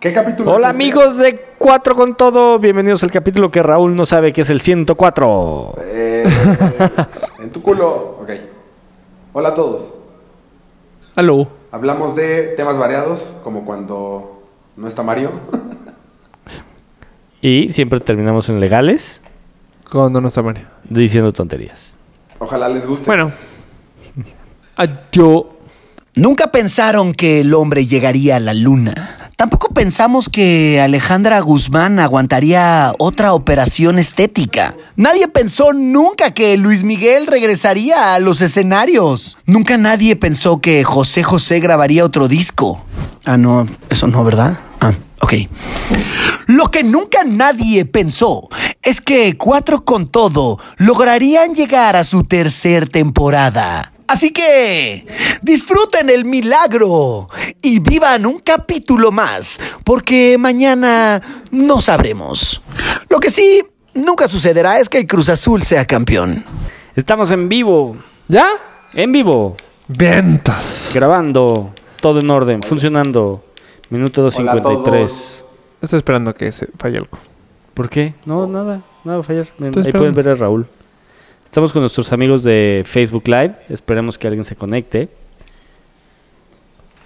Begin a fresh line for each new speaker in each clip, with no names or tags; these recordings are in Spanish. ¿Qué capítulo
Hola
es este?
amigos de Cuatro con Todo, bienvenidos al capítulo que Raúl no sabe que es el 104.
Eh, en tu culo. Ok. Hola a todos.
Aló.
Hablamos de temas variados, como cuando no está Mario.
Y siempre terminamos en legales
Cuando no está Mario.
diciendo tonterías.
Ojalá les guste.
Bueno. Adiós.
Nunca pensaron que el hombre llegaría a la luna. Tampoco pensamos que Alejandra Guzmán aguantaría otra operación estética. Nadie pensó nunca que Luis Miguel regresaría a los escenarios. Nunca nadie pensó que José José grabaría otro disco. Ah, no, eso no, ¿verdad? Ah, ok. Lo que nunca nadie pensó es que Cuatro con Todo lograrían llegar a su tercer temporada. Así que disfruten el milagro y vivan un capítulo más, porque mañana no sabremos. Lo que sí nunca sucederá es que el Cruz Azul sea campeón.
Estamos en vivo,
¿Ya?
en vivo,
Ventas.
grabando, todo en orden, funcionando. Minuto
Hola a
253.
todos.
Estoy esperando que se falle algo.
¿Por qué? No, nada, nada va a fallar. Miren,
Estoy
Ahí pueden
esperando.
ver a Raúl. Estamos con nuestros amigos de Facebook Live. Esperemos que alguien se conecte.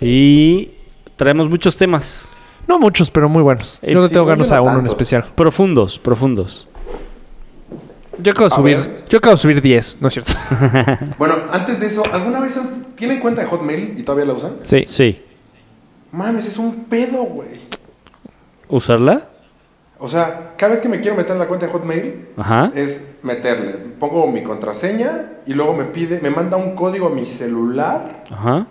Y traemos muchos temas
No muchos, pero muy buenos.
Eh,
Yo le
sí,
tengo
no
ganas a
lleva
uno en
tantos.
especial.
profundos, profundos.
Yo acabo de
A
subir.
ver.
Yo acabo de subir 10, ¿no es cierto?
Bueno, antes de eso, ¿alguna vez han- tienen cuenta de Hotmail y todavía la usan?
sí.
Sí.
Mames, es un pedo, güey.
¿Usarla?
O sea, cada vez que me quiero meter en la cuenta de Hotmail,
Ajá.
es meterle. Pongo mi contraseña y luego me pide, me manda un código a mi celular.
Ajá.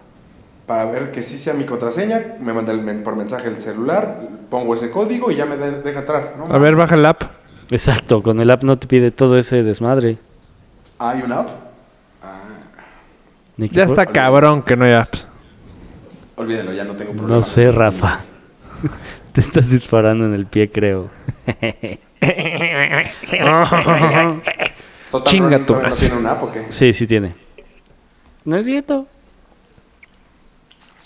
para ver que sí sea mi contraseña, me manda el men- por mensaje el celular, pongo ese código y ya me de- deja entrar. ¿no?
A ver, baja el app.
Exacto, con el app no te pide todo ese desmadre.
¿Hay una app?
Ni que
Ya
fue-
está cabrón que no hay apps.
Olvídalo, ya no tengo problema.
No sé, Rafa. te estás disparando en el pie, creo.
Total,
Chinga
Rolling
tu
todavía ¿No
madre.
tiene una app o qué?
Sí, sí tiene. No es cierto.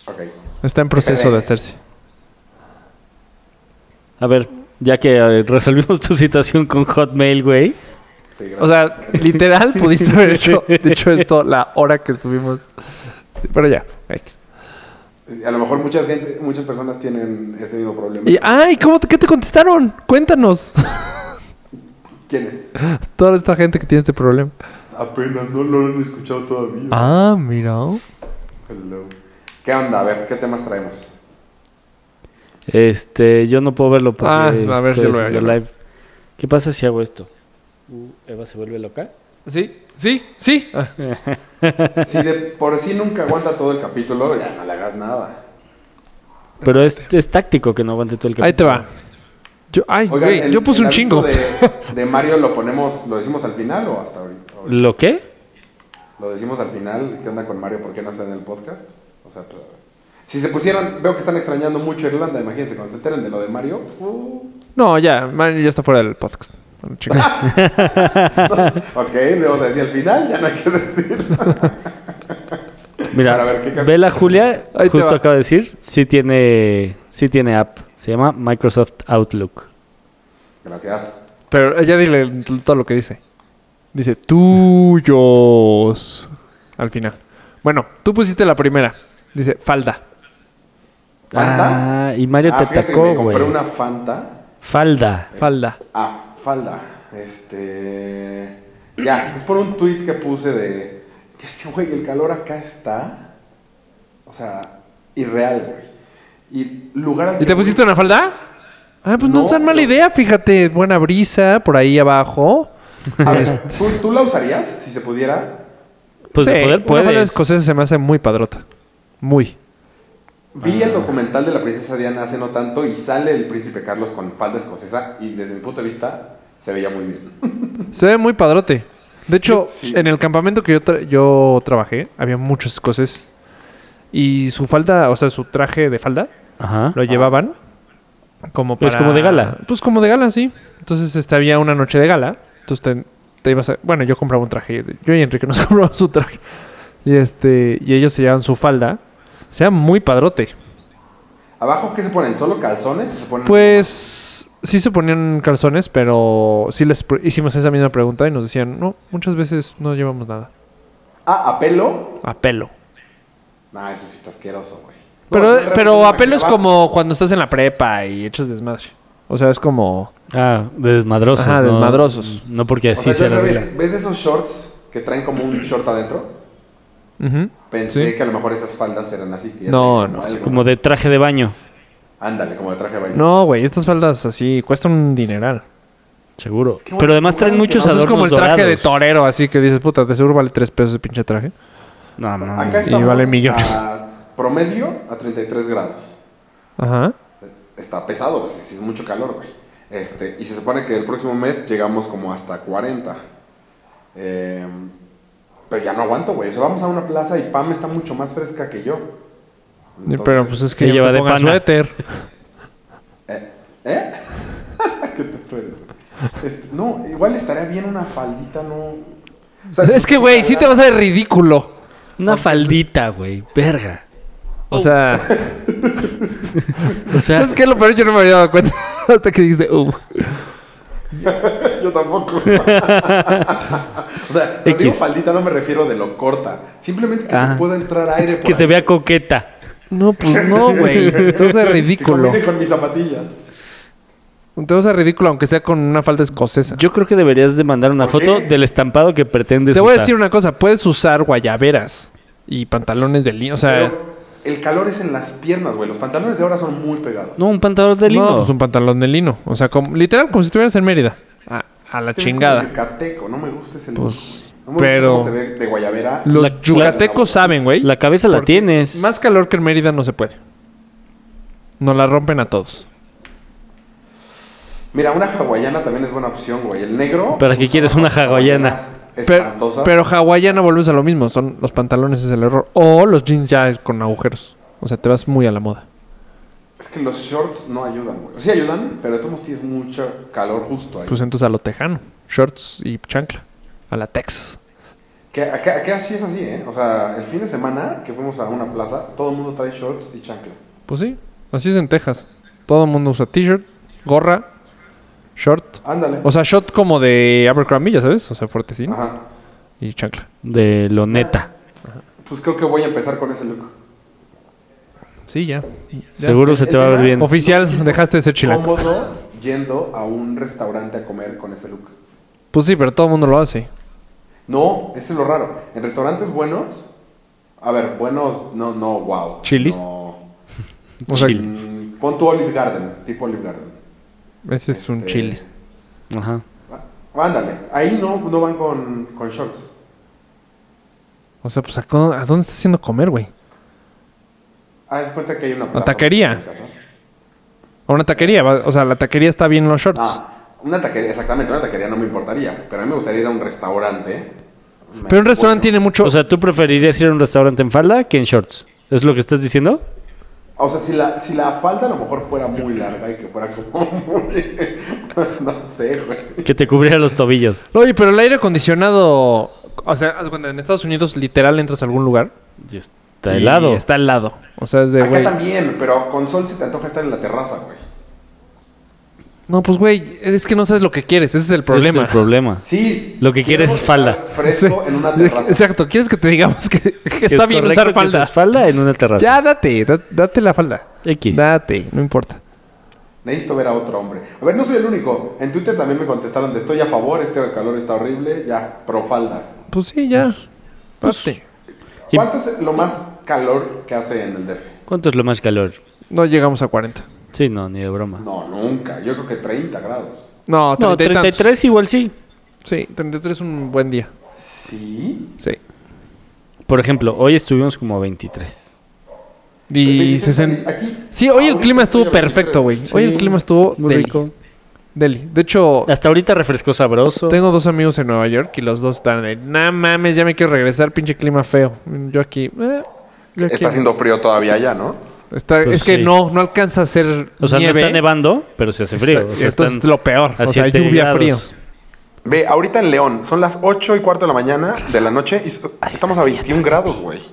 Ok.
Está en proceso de hacerse.
A ver, ya que eh, resolvimos tu situación con Hotmail, güey.
Sí, gracias.
O sea, literal pudiste haber hecho, dicho esto la hora que estuvimos. Pero ya. X.
a lo mejor muchas, gente, muchas personas tienen este mismo problema.
Y, ay, ¿cómo te- ¿qué te contestaron? Cuéntanos.
¿Quiénes?
Toda esta gente que tiene este problema.
Apenas, no lo han escuchado todavía.
Ah, mira.
Hello. ¿Qué onda? A ver, ¿qué temas traemos?
Este, yo no puedo verlo porque este,
Ah, a ver,
estoy
yo lo veo,
haciendo
yo lo veo.
live. ¿Qué pasa si hago esto? Uh, Eva se vuelve loca.
Sí, sí, sí. Ah.
Si de por sí nunca aguanta todo el capítulo, ya no le hagas nada.
Pero es, es táctico que no aguante todo el capítulo.
Ahí te va. Yo, ay,
Oigan,
güey,
el-
yo puse
el
un
aviso
chingo.
De, de Mario lo ponemos, lo decimos al final o hasta ahorita. ahorita?
¿Lo qué?
Lo decimos al final, ¿qué onda con Mario? ¿Por qué no está en el podcast? O sea, pues, si se pusieran, veo que están extrañando mucho Irlanda, imagínense, cuando se enteren de lo de Mario, uh,
No, ya, Mario ya está fuera del podcast. Un chingo.
ok, le vamos a decir al final, ya no hay que decir.
Mira,
Para ver qué cap-
Vela Julia,
Ahí te
justo
va.
acaba de decir, sí tiene, sí tiene app. Se llama Microsoft Outlook.
Gracias.
Pero eh, ya dile t- todo lo que dice. Dice, tuyos. Al final. Bueno, tú pusiste la primera. Dice, falda.
¿Fanta?
Ah, y Mario te
fíjate que
atacó,
me compré
güey.
una Fanta.
Falda.
Falda.
Ah, falda. Este. Ya, es por un tweet que puse de. Es que, güey, el calor acá está. O sea, irreal, güey. Y lugar al
¿Y
que
te
voy-
pusiste una falda? Ah, pues no,
No,
es tan mala
no.
idea, fíjate. Buena brisa por ahí abajo.
A ver, ¿tú, tú la usarías si se pudiera?
Pues de
Sí,
poder
Una falda
puedes.
escocesa se me hace muy padrota. Muy.
Vi
Ah.
el documental de la princesa Diana hace no tanto y sale el príncipe Carlos con falda escocesa y desde mi punto de vista se veía muy bien.
Se ve muy padrote. De hecho,
Sí.
en el campamento que yo, tra- yo trabajé, había muchos escoceses. Y su falda, o sea, su traje de falda,
Ajá.
lo llevaban como para...
Pues como de gala.
Pues como de gala, sí. Entonces este, había una noche de gala. Entonces te, te ibas a... Bueno, yo compraba un traje. Yo y Enrique nos compramos un traje. Y, este, y ellos se llevaban su falda. Sea muy padrote.
¿Abajo qué se ponen? ¿Solo calzones? o se ponen
Pues sí se ponían calzones, pero sí les pr- hicimos esa misma pregunta y nos decían, no, muchas veces no llevamos nada.
Ah, ¿a pelo?
A pelo.
Ah, eso sí está asqueroso, güey. No,
Pero,
yo
pero
realmente
a pelo es
me imaginaba-
como cuando estás en la prepa y echas desmadre. O sea, es como...
Ah, de desmadrosos.
Ajá,
¿no?
desmadrosos.
No porque
O
así
sea,
sea
yo
la
al
regla.
revés, ¿Ves esos shorts que traen como un short adentro?
ujú.
Pensé
Sí.
que a lo mejor esas faldas eran así. Que ya
No,
tenían
no,
algo.
Como de traje de baño,
Ándale, como de traje de baño.
No, güey, estas faldas así cuestan un dineral.
seguro.
que, güey,
Pero además traen
claro que
muchos
no.
O sea,
adornos
es como el traje de
dorados.
torero, así que dices, puta, de seguro vale tres pesos de pinche traje.
No, no, no.
Acá
Y
estamos
vale millones.
a promedio a 33 grados.
Ajá.
Está pesado, pues, es, es mucho calor, güey. Este, y se supone que el próximo mes llegamos como hasta 40. Eh, pero ya no aguanto, güey. O sea, vamos a una plaza y Pam está mucho más fresca que yo.
Y- pero pues es que
Ella
lleva
va de
de
pana.
suéter.
¿Eh? ¿Eh? ¿Qué tonto eres, güey? Este, no, igual estaría bien una faldita, no... O sea,
es que, güey, sí te vas a ver ridículo.
Una faldita, güey. Verga.
O sea,
O sea,
¿sabes qué? es Lo peor yo no me había dado cuenta hasta que dijiste, uh.
Yo tampoco. o sea, cuando digo
X.
faldita no me refiero de lo corta. Simplemente que
Ajá.
te pueda entrar aire por
que se
ahí.
vea coqueta.
No, pues no, güey. Te vas a ver
Que
ridículo.
combine con mis zapatillas.
Te vas a ver ridículo, aunque sea con una falda escocesa.
Yo creo que deberías de mandar una
¿Por
foto
qué?
del estampado que pretendes
Te voy a
usar.
decir una cosa, puedes usar guayaberas y pantalones de lino. O sea,
Pero el calor es en las piernas, güey. Los pantalones de ahora son muy pegados.
No, un pantalón de lino.
no, pues un pantalón de lino. O sea, como- literal, como si estuvieras en Mérida. A, a la
Este es
chingada.
como yucateco, no me gusta ese look.
Pues,
No me gusta
pero-
cómo se ve de guayabera.
Los
La-
yucatecos saben, güey.
La cabeza la
Porque
tienes.
Más calor que en Mérida no se puede. Nos la rompen a todos.
Mira, una hawaiana también es buena opción, güey. El negro...
¿Para qué
usa
quieres una hawaiana?
hawaianas
Pero,
espantosas.
pero hawaiana volvemos a lo mismo. Son los pantalones es el error. O los jeans ya con agujeros. O sea, te vas muy a la moda.
Es que los shorts no ayudan, güey. Sí ayudan, pero de todos modos tienes mucho calor justo ahí.
Pues entonces a lo tejano. Shorts y chancla. A la Tex.
Que acá, acá sí es así, ¿eh? O sea, el fin de semana que fuimos a una plaza, todo el mundo trae shorts y chancla.
Pues sí. Así es en Texas. Todo el mundo usa t-shirt, gorra, short.
Ándale.
O sea, short como de Abercrombie, ya sabes. O sea, fuertecín.
Ajá.
Y chancla.
De
Ah,
lo neta.
Pues creo que voy a empezar con ese look.
Sí, ya.
Seguro se
El
te va a ver
tema-
bien.
Oficial, dejaste de ser chilango.
Cómodo yendo a un restaurante a comer con ese look.
Pues sí, pero todo el mundo lo hace.
No, eso es lo raro. En restaurantes buenos, a ver, buenos, no, no, wow.
¿Chilis?
No.
O sea,
Chile.
Mm, pon tu Olive Garden, tipo Olive Garden.
Ese es un
Este,
chile.
Ajá.
á- Ándale, ahí no, no van con, con shorts.
O sea, pues ¿a, co- a dónde estás haciendo comer, güey?
Ah, es cuenta que hay una
¿La taquería?
en casa.
A una taquería. va- O sea, la taquería está bien en los shorts.
Ah, una taquería, exactamente, una taquería no me importaría, pero a mí me gustaría ir a un restaurante.
pero un restaurante tiene mucho...
O sea, ¿tú preferirías ir a un restaurante en falda que en shorts? ¿Es lo que estás diciendo?
O sea, si la, si la falda a lo mejor fuera muy larga y que fuera como muy... no sé, güey.
Que te cubriera los tobillos.
Oye, pero el aire acondicionado... O sea, haz de cuenta, en Estados Unidos literal entras a algún lugar.
Y está
y
helado.
Está helado. O sea, es de,
Acá
güey...
también, pero con sol si te antoja estar en la terraza, güey.
No, pues, güey, es que no sabes lo que quieres. Ese es el
Ese
problema.
Es el problema.
Sí.
Lo que quieres
queremos
es falda.
estar Fresco en una terraza.
Exacto. ¿Quieres que te digamos que, que
Que
está
es
bien
correcto
usar
que
falda?
uses falda en una terraza.
Ya, date. da- date la falda.
X.
Date. No importa.
Necesito ver a otro hombre. A ver, no soy el único. En Twitter también me contestaron de estoy a favor, este calor está horrible, ya, pro falda.
Pues sí,
Ah.
ya. Pues Date.
Y-
¿Cuánto es lo más calor que hace en el DF?
¿Cuánto es lo más calor?
No llegamos a 40.
Sí, no, ni de broma.
No, nunca. Yo creo que 30 grados.
No, 30
No,
y tantos.
33 igual sí.
Sí, 33 es un buen día.
Sí.
Sí.
Por ejemplo, hoy estuvimos como 23.
Y
26
sesen-
Aquí.
Sí, hoy el
ahorita
clima
estoy
estuvo
a 23.
perfecto, güey. Hoy
Sí,
el clima estuvo
Muy
deli.
rico.
deli. De hecho,
Hasta ahorita refrescó sabroso.
tengo dos amigos en Nueva York y los dos están de, nah mames, ya me quiero regresar, pinche clima feo. Yo aquí, eh, yo aquí.
Está haciendo frío todavía ya, ¿no?
Está-
Pues
es que
sí.
no, no alcanza a ser
O sea,
nieve.
no está nevando, pero se hace frío.
Exacto.
O sea,
Entonces,
están
lo peor.
a
O sea,
siete
lluvia,
grados.
frío.
Ve, ahorita en León son las 8 y cuarto de la mañana de la noche y so- estamos a 21 grados, güey.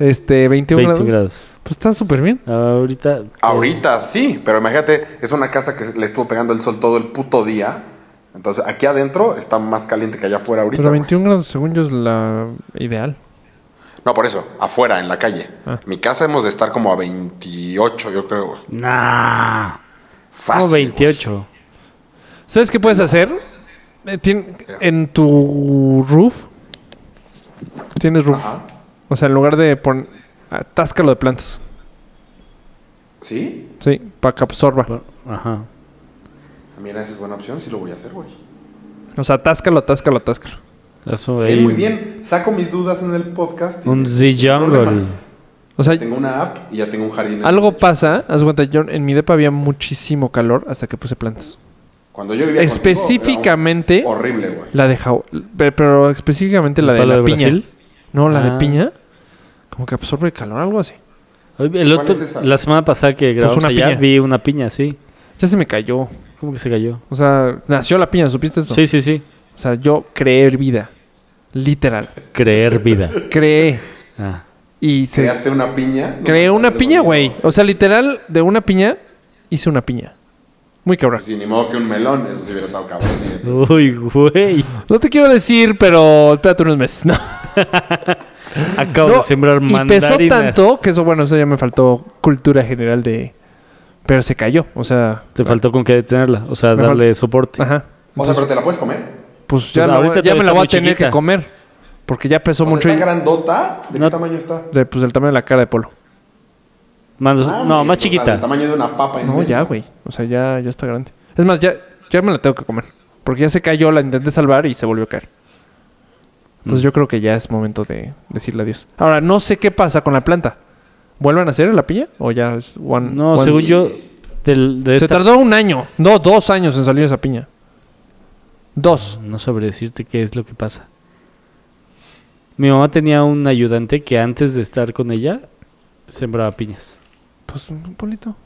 este, 21,
21
grados.
grados.
Pues está súper bien.
Ahorita.
Ahorita sí, pero imagínate, es una casa que le estuvo pegando el sol todo el puto día. Entonces, aquí adentro está más caliente que allá afuera ahorita.
Pero
güey.
21 grados, según yo, es la ideal.
No, por eso, afuera, en la calle.
Ah.
Mi casa hemos de estar como a 28, yo creo, güey.
Nah.
Fácil.
no, 28.
¿Sabes qué puedes hacer? Eh, tien- en tu roof. Tienes roof. O sea, en lugar de poner. Atáscalo de plantas.
güey. ¿Sí?
Sí, para que absorba.
Ajá.
Mira, esa es buena opción, sí lo voy a hacer, güey.
O sea, atáscalo, atáscalo, atáscalo.
Eso
Bien,
ahí.
muy bien, saco mis dudas en el podcast. y-
Un The Jungle.
Problemas.
O sea,
Tengo una app y ya tengo un jardín. en
algo
el techo.
pasa. Haz cuenta, yo en mi depa había muchísimo calor hasta que puse plantas.
Cuando yo vivía contigo,
Específicamente-
era un- horrible, güey.
La de jao- pe- Pero específicamente la de
¿Palo
la
de
piña.
Brasil?
No, la
Ah.
de piña. Como que absorbe el calor, algo así.
El
¿Cuál
otro,
es esa?
la semana pasada que grabamos
Pues una
allá
piña.
vi una piña, sí.
Ya se me cayó.
¿Cómo que se cayó?
O sea, nació la piña, ¿supiste eso?
Sí, sí, sí.
O sea, yo creé vida. Literal.
Creer vida.
Creé.
Ah.
Y se
Creaste una piña. No,
creé
no,
una
no,
piña,
no,
güey. O sea, literal, de una piña hice una piña. Muy cabrón.
Sí, ni modo que un melón, eso sí hubiera estado cabrón. ni-
Uy, güey.
No te quiero decir, pero espérate unos meses. No.
Acabo
No,
de sembrar
y pesó
mandarinas.
tanto que eso, bueno, eso ya me faltó cultura general de. Pero se cayó, o sea.
Te faltó con que detenerla, o sea,
Me fal-
darle soporte.
Ajá.
O sea, pero te la puedes comer.
Pues ya,
Pues
la-
ahorita
ya
todavía
me la
está
voy a
muy
tener
chiquita.
que comer. Porque ya pesó
O sea,
mucho. y-
¿Está grandota? ¿De
No.
qué tamaño está?
de, pues del tamaño de la cara de polo.
Más-
Ah,
no,
güey, o sea,
más
Del
chiquita.
tamaño de una papa.
No,
inmensa.
ya, güey. O sea, ya, ya está grande. Es más, ya, ya me la tengo que comer. Porque ya se cayó, la intenté salvar y se volvió a caer.
Mm.
Entonces yo creo que ya es momento de decirle adiós. Ahora, no sé qué pasa con la planta. ¿Vuelvan a hacer la piña? ¿O ya es one?
No,
one-
según yo, del- de
Se
esta-
tardó un año. No, dos años en salir esa piña. Dos.
No sabré decirte qué es lo que pasa. Mi mamá tenía un ayudante que antes de estar con ella sembraba piñas.
Pues un polito.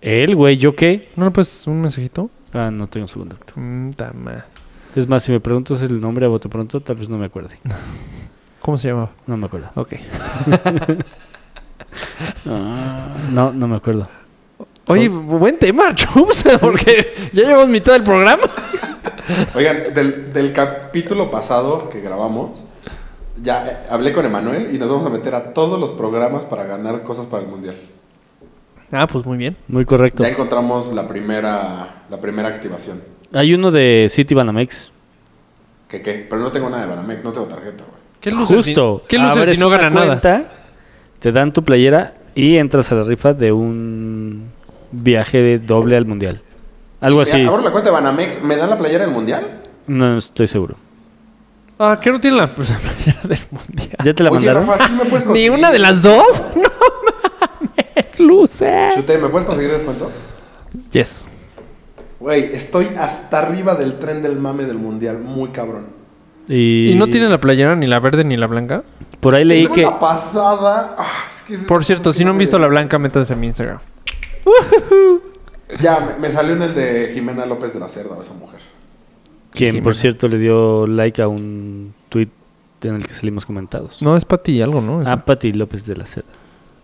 Él, güey, ¿yo qué?
¿No le puedes un mensajito?
Ah, no tengo su contacto.
Mm, ta ma-
Es más, si me preguntas el nombre a bote pronto, tal vez no me acuerde.
¿Cómo se llamaba?
No me acuerdo.
Ok.
no, no me acuerdo.
Oye, buen tema, Chups, porque ya llevamos mitad del programa.
Oigan, del, del capítulo pasado que grabamos, ya eh, hablé con Emanuel y nos vamos a meter a todos los programas para ganar cosas para el mundial.
Ah, pues muy bien.
Muy correcto.
Ya encontramos la primera, la primera activación.
Hay uno de City Banamex.
¿Qué qué? Pero no tengo nada de Banamex, no tengo tarjeta, güey.
¿Qué
Justo.
¿Qué luces
Abres
si no
una
gana nada?
cuenta, Te dan tu playera y entras a la rifa de un viaje de doble al mundial. Algo
Sí,
así. es.
Abro la cuenta de Banamex, ¿me dan la playera del mundial?
No estoy seguro.
Ah, ¿qué no tiene la pues, la playera del mundial?
¿Ya te la
Oye,
mandaron?
Rafa, ¿sí me puedes
¿Ni
conseguir?
una de las dos? No mames, luce.
Chute, ¿me puedes conseguir descuento?
Yes.
Güey, estoy hasta arriba del tren del mame del mundial, muy cabrón.
Y,
¿Y no tiene la playera ni la verde ni la blanca?
Por ahí leí
Luego
que.
La pasada. ah, es que es-
Por cierto,
es que
si no han
me-
visto la blanca, métanse a mi Instagram.
Ya, me, me salió en el de Jimena López de la Cerda, esa mujer.
Quien, por
Jimena.
cierto, le dio like a un tweet en el que salimos comentados.
No, es para ti algo, ¿no? Esa.
A Pati López de la Cerda.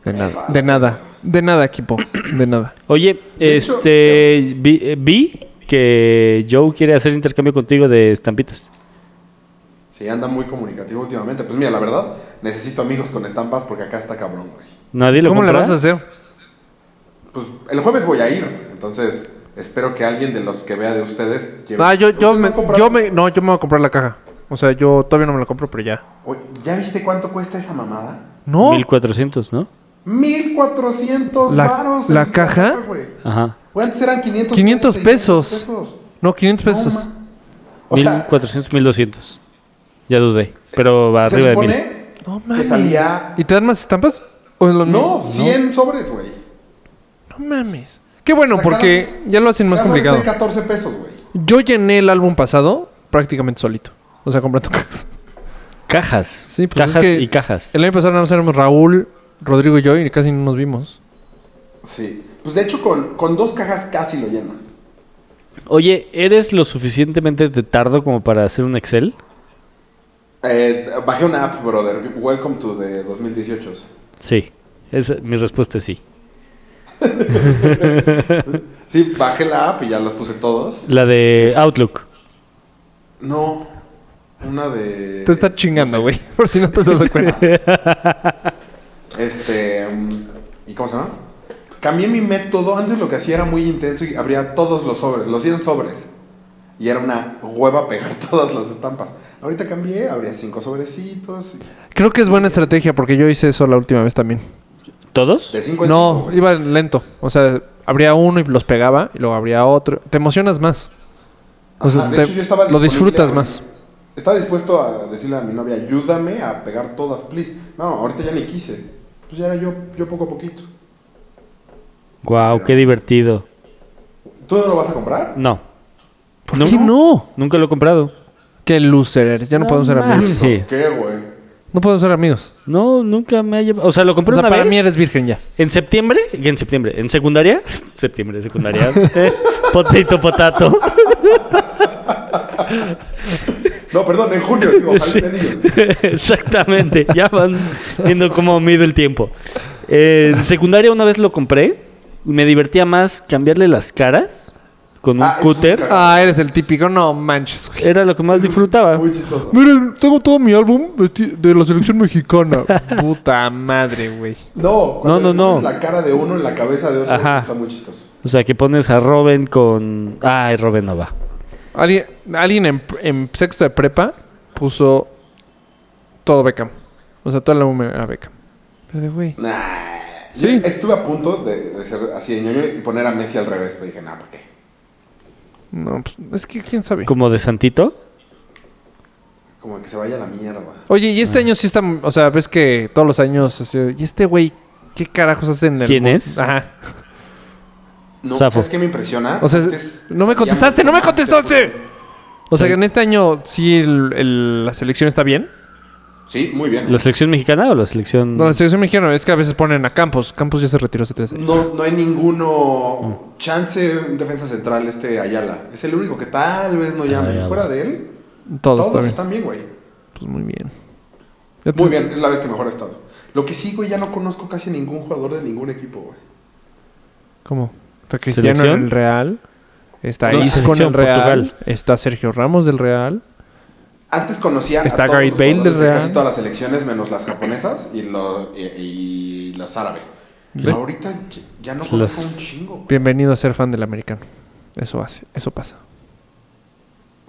de
esa,
nada. Ah. De
esa,
nada. De nada, equipo. De nada.
Oye,
De hecho,
este. vi, eh, vi que Joe quiere hacer intercambio contigo de estampitas.
Sí, anda muy comunicativo últimamente. Pues mira, la verdad, necesito amigos con estampas porque acá está cabrón, güey.
Nadie lo
¿Cómo le
compra?
vas a hacer?
Pues el jueves voy a ir, entonces espero que alguien de los que vea de ustedes. quiera-
Ah, yo, yo,
¿Ustedes
me,
han comprado?
yo me. No, yo me voy a comprar la caja. O sea, yo todavía no me la compro, pero ya.
Oye, ¿Ya viste cuánto cuesta esa mamada?
No.
1400, ¿no?
1400
La-
varos.
la
en
caja?
güey.
Ajá.
Güey, antes eran 500
500 pesos.
600 pesos.
No, 500 pesos.
No, ma. o sea,
1400, 1200. Ya dudé. Pero va
se
arriba de mil.
supone
No
que
mames.
salía...
¿Y te dan más estampas? ¿O es lo
No,
mismo?
100 sobres, güey.
No mames. Qué bueno,
O sea,
porque
cada-
ya lo hacen más
cada sobre
complicado.
está en 14 pesos, güey.
Yo llené el álbum pasado prácticamente solito. O sea, comprando cajas.
Cajas.
Sí, pues
cajas
es que-
y cajas.
El año pasado nada más éramos Raúl, Rodrigo y yo y casi no nos vimos.
Sí. Pues de hecho, con, con dos cajas casi lo llenas.
Oye, ¿eres lo suficientemente tardo como para hacer un Excel?
Eh, bajé una app, brother. Welcome to the 2018.
Sí. Esa- mi respuesta es sí.
Sí, bajé la app y ya los puse todos.
La de Outlook.
No, una de...
Te está chingando, güey. Por si no te das cuenta.
Este. mm, ¿Y cómo se llama? Cambié mi método. Antes lo que hacía era muy intenso y abría todos los sobres, los 100 sobres. Y era una hueva pegar todas las estampas. Ahorita cambié, abría cinco sobrecitos. y-
Creo que es buena estrategia porque yo hice eso la última vez también.
¿Todos?
De 5 en
No,
cinco, güey.
iba lento. O sea, abría uno y los pegaba y luego abría otro. Te emocionas más. O sea,
Ajá, de
te-
hecho, yo estaba
lo
disponible
disfrutas
a-
más.
Estaba dispuesto a decirle a mi novia, ayúdame a pegar todas, please. No, ahorita ya ni quise. Pues ya era yo, yo poco a poquito.
Guau, qué divertido.
¿Tú no lo vas a comprar?
No.
¿Por
No,
qué no?
Nunca lo he comprado.
Qué loser eres. Ya no,
No
podemos ser amigos.
mames. Sí.
¿Qué, güey?
No podemos ser amigos.
No, nunca me ha llevado. O sea, lo compré
o sea,
una
para
vez.
mí eres virgen ya.
En septiembre, en septiembre, en secundaria, septiembre, secundaria, potato, potato.
No, perdón, en junio, digo, ojalá
Sí.
te digas.
Exactamente, ya van viendo cómo mido el tiempo. Eh, en secundaria una vez lo compré y me divertía más cambiarle las caras con un
Ah, es muy
cúter.
cagado.
Ah, eres el típico. No manches. güey.
Era lo que más disfrutaba.
Muy chistoso.
Miren, tengo todo mi álbum vesti- de la selección mexicana. Puta madre, güey.
No,
No,
cuando
no,
le
no.
pones la cara de uno en la cabeza de otro, eso
Ajá.
está muy chistoso.
O sea, que pones a Robin con... Ay, Robin no va.
Alguien, alguien en, en sexto de prepa puso todo Beckham. O sea, todo el álbum era Beckham. Pero de güey.
Nah.
Sí.
Yo Estuve a punto de, de ser así de ñoño y poner a Messi al revés, pero dije, nah, ¿para qué?
No, pues, es que quién sabe.
Como de Santito.
Como que se vaya a la mierda.
Oye, y
Ah.
este año sí está. O sea, ves que todos los años. así, y este güey, ¿qué carajos hace en el.
¿Quién
mu-
es?
Ajá.
No,
Zafo.
¿Sabes qué me impresiona?
O sea,
Es que es-
no me
se
contestaste,
llama-
no me contestaste. O sea,
Sí.
que en este año sí el- el- la selección está bien.
Sí, muy bien.
¿La selección mexicana o la selección...?
No, la selección mexicana es que a veces ponen a Campos. Campos ya se retiró hace tres años.
No, no hay ninguno chance en defensa central este Ayala. Es el único que tal vez no llame.
Ayala.
Fuera de él,
Todos,
todos,
está bien.
están bien, güey.
Pues muy bien.
Muy bien, es la vez que mejor ha estado. Lo que sí, güey, ya no conozco casi ningún jugador de ningún equipo, güey.
¿Cómo? Está Cristiano
¿Selección?
en el Real. Está
No,
Isco en el
selección,
Real.
Portugal.
Está Sergio Ramos del Real.
Antes conocían
Está
a todos
Gareth
los
Bale
jugadores
del
de
Real.
casi todas las selecciones, menos las japonesas y, lo- y- y los árabes.
¿Ve?
Ahorita ya no conozco
Las-
un chingo. güey.
Bienvenido a ser fan del americano. Eso hace, eso pasa.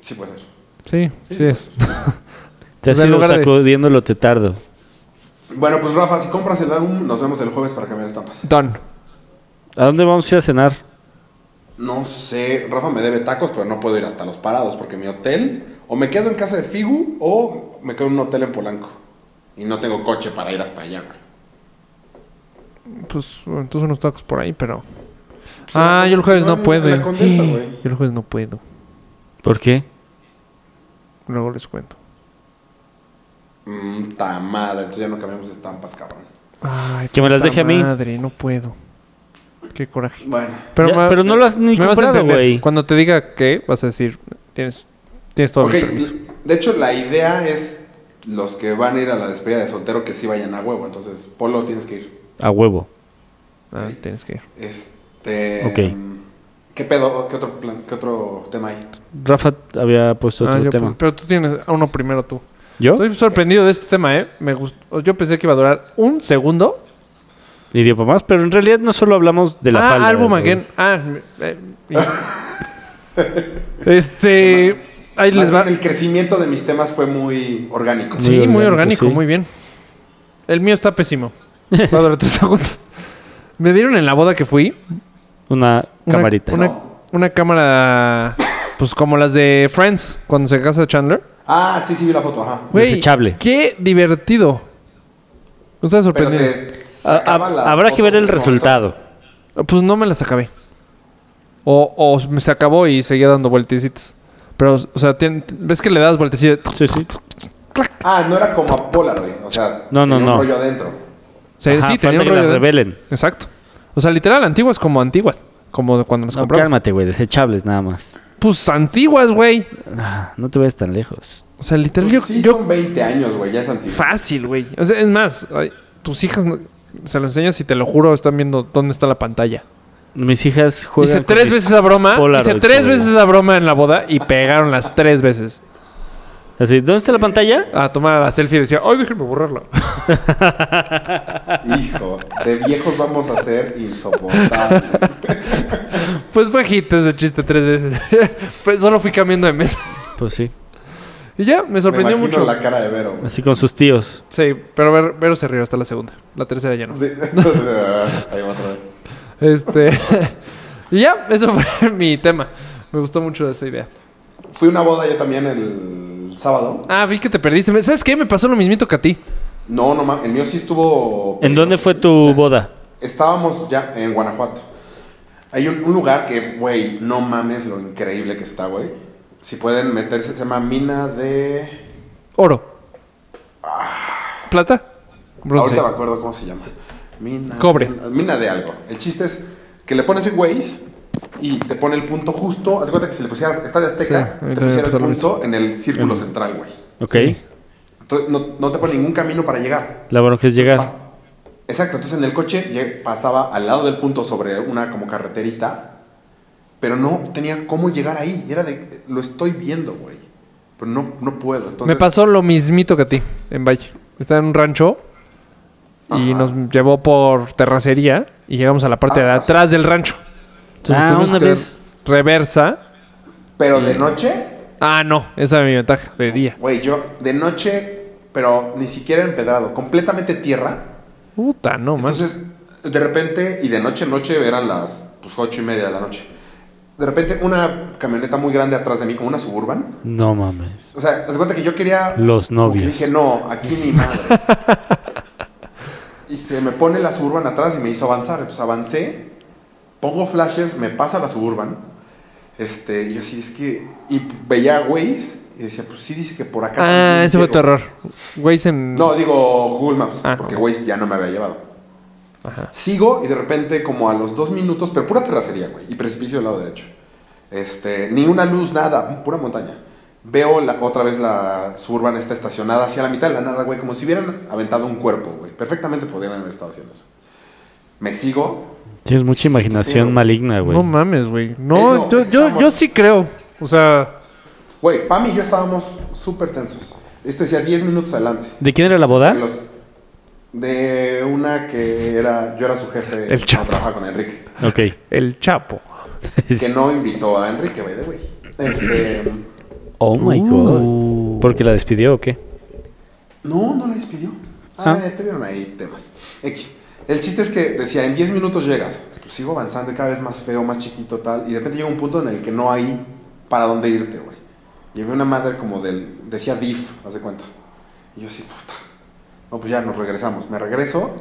Sí puede ser.
Sí, sí, es.
Te has
O sea, en
ido
lugar de-
sacudiéndolo te tardo.
Bueno, pues Rafa, si compras el álbum, nos vemos el jueves para cambiar estampas.
Don.
¿A dónde vamos a ir a cenar?
No sé, Rafa me debe tacos, pero no puedo ir hasta los parados porque mi hotel, o me quedo en casa de Figu o me quedo en un hotel en Polanco. Y no tengo coche para ir hasta allá, güey.
Pues bueno, entonces unos tacos por ahí, pero.
Sí,
Ah,
la-
yo el jueves
sí,
no
la
puedo.
Condesa,
Yo
güey.
el jueves no puedo.
¿Por qué?
Luego les cuento.
Mm, ta madre, entonces ya no cambiamos estampas, cabrón.
Ay,
Que me las
puta
deje a mí.
Madre, no puedo. Qué coraje.
Bueno,
Ya,
ma-
pero no lo has ni
me vas a
comprado,
entender.
güey.
Cuando te diga que, vas a decir, tienes, tienes todo
ok,
mi permiso.
de hecho la idea es los que van a ir a la despedida de soltero que sí vayan a huevo, entonces Polo tienes que ir.
A huevo.
Ah, tienes que ir.
Este...
Ok.
mm, ¿Qué pedo? ¿Qué otro, plan- qué otro tema hay?
Rafa había puesto
Ah,
otro
yo-
tema.
Pero tú tienes a uno primero tú.
¿Yo?
Estoy sorprendido de este tema, ¿eh? Me gustó. Yo pensé que iba a durar un segundo.
Y dio para más, pero en realidad no solo hablamos de la
ah,
falda.
álbum
de-
again. Ah, eh, eh. este. Ahí
Más
les va.
bien, El crecimiento de mis temas fue muy orgánico.
Sí,
Muy
muy
orgánico,
orgánico,
sí.
muy bien. El mío está pésimo. Va a durar tres segundos. Me dieron en la boda que fui
Una
una,
camarita.
Una,
No.
una cámara, pues como las de Friends, cuando se casa Chandler.
Ah, sí, sí vi la foto, ajá.
Güey,
Desechable.
Qué divertido. No
Pero
estaba sorprendido.
te
Ah,
sacaba
ah,
las
habrá que
fotos
ver
de
el
ese
resultado.
Pues no me las acabé. O, o me se acabó y seguía dando vueltecitas. Pero, o sea, tien- ves que le das vueltecitas.
Sí, sí.
momento. Ah, no era como a Polaroid, o sea,
No, no,
tenía
no.
un rollo adentro.
O sea,
Ajá,
sí,
falta
tenía un
que
rollo
las
de-
revelen.
Exacto. O sea, literal, antiguas como antiguas. Como de cuando nos
No,
compramos.
cálmate, güey. Desechables nada más.
Pues antiguas, güey.
Ah, No te ves tan lejos.
O sea, literal,
Pues
yo,
sí,
yo-
son 20 años, güey, ya es antiguo.
Fácil, güey. O sea, es más, ay, tus hijas... no- se lo enseñas y te lo juro, están viendo dónde está la pantalla.
Mis hijas juegan. con
Hice tres
mis-
veces esa broma.
Polaroid,
hice tres
seguro.
veces esa broma en la boda y pegaron las tres veces.
Así, ¿dónde está la pantalla?
A tomar la selfie y decía, ay, déjenme borrarla.
Hijo, de viejos vamos a ser insoportables.
Pues fue hit ese chiste tres veces. Fue- solo fui cambiando de mesa.
Pues sí.
Y ya, me
Me
sorprendió
imagino
mucho.
la cara de Vero. güey.
Así con sus tíos.
Sí, pero Ver- Vero se rió hasta la segunda. La tercera ya no.
Sí. Ahí va otra vez.
Este. y ya, eso fue mi tema. Me gustó mucho esa idea.
Fui a una boda yo también el sábado.
Ah, vi que te perdiste. Me- ¿Sabes qué? Me pasó lo mismito que a ti.
No, no mames, el mío sí estuvo...
¿En dónde fue tu boda?
Estábamos ya en Guanajuato. Hay un, un lugar que, güey, no mames lo increíble que está, güey. Si pueden meterse, se llama Mina de...
Oro. ¿Plata? Bronce.
Ah. Ahorita me acuerdo cómo se llama. Mina.
Cobre.
Mina, mina de algo. El chiste es que le pones en Waze y te pone el punto justo. Haz de cuenta que si le pusieras Estadio
Sí,
Azteca,
a mí
te
también me
pusiera el
pasó lo
punto en el círculo central, güey.
Ok.
Entonces no, no te pone ningún camino para llegar.
La bronca es
Pa-
llegar.
Exacto, entonces en el coche lle- pasaba al lado del punto sobre una como carreterita, pero no tenía cómo llegar ahí. Y era de, lo estoy viendo, güey. Pero no, no puedo. Entonces,
Me pasó lo mismito que a ti, en Valle. Estaba en un rancho y
Ajá.
nos llevó por terracería y llegamos a la parte de
Ah,
atrás del rancho.
Ah,
tuvimos
una
que
vez.
Reversa.
Pero de noche,
Ah, no, esa es mi ventaja, de día.
Güey, yo de noche, pero ni siquiera empedrado, completamente tierra.
Puta, no, más.
Entonces, de repente, y de noche, noche eran las pues, ocho y media de la noche. De repente, una camioneta muy grande atrás de mí, como una suburban.
No mames.
O sea, haz cuenta que yo quería.
Los
como que
novios.
dije, no, aquí ni madres. y se me pone la suburban atrás y me hizo avanzar. Entonces avancé, pongo flashes, me pasa la suburban. Este, y yo así es que. Y veía a Waze y decía, pues sí dice que por acá.
Ah,
también
ese fue
llego.
tu error. Waze en...
No, digo Google Maps,
Ah,
porque
ok.
Waze ya no me había llevado. Sigo y de repente, como a los dos minutos, pero pura terracería, güey, y precipicio del lado derecho. Este, ni una luz, nada, pura montaña. Veo la- otra vez la suburban está estacionada hacia la mitad de la nada, güey, como si hubieran aventado un cuerpo, güey. Perfectamente podrían haber estado haciendo eso. Me sigo.
Tienes mucha imaginación
Pero-
maligna, güey.
No mames, güey.
Eh,
No,
no,
yo, yo,
estamos-
yo sí creo. O sea,
Güey, Pam y yo estábamos súper tensos. Esto decía 10 minutos adelante.
¿De quién era la boda?
De los- De una que era. Yo era su jefe.
El Chapo.
Trabajaba con Enrique.
Ok.
el Chapo.
que no invitó a Enrique, by the way. Este,
Oh my god. ¿Porque la despidió o qué?
no, no la despidió. Ah, eh, tuvieron ahí temas. X. El chiste es que decía, en 10 minutos llegas. Pues sigo avanzando y cada vez más feo, más chiquito, tal. Y de repente llega un punto en el que no hay para dónde irte, güey. Llevé una madre como del... Decía DIF, haz de cuenta. Y yo así, puta. No, pues ya nos regresamos. Me regreso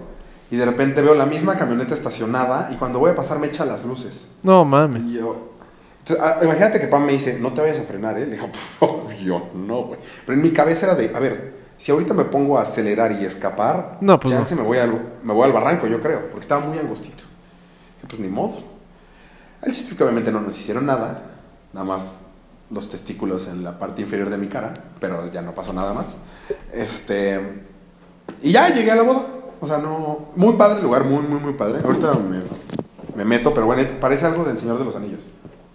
y de repente veo la misma camioneta estacionada y cuando voy a pasar me echa las luces.
No mames.
Y yo. Entonces, ah, imagínate que Pam me dice, no te vayas a frenar, ¿eh? Le digo, "Pf, obvio, no, güey. Pero en mi cabeza era de, a ver, si ahorita me pongo a acelerar y escapar,
No, pues
chance me, voy al, me voy al barranco, yo creo, porque estaba muy angostito. Y pues ni modo. El chiste es que obviamente no nos hicieron nada, nada más los testículos en la parte inferior de mi cara, pero ya no pasó nada más. Este. Y ya llegué a la boda. O sea, no. Muy padre el lugar, muy, muy, muy padre. Ahorita me, me meto, pero bueno, parece algo del Señor de los Anillos.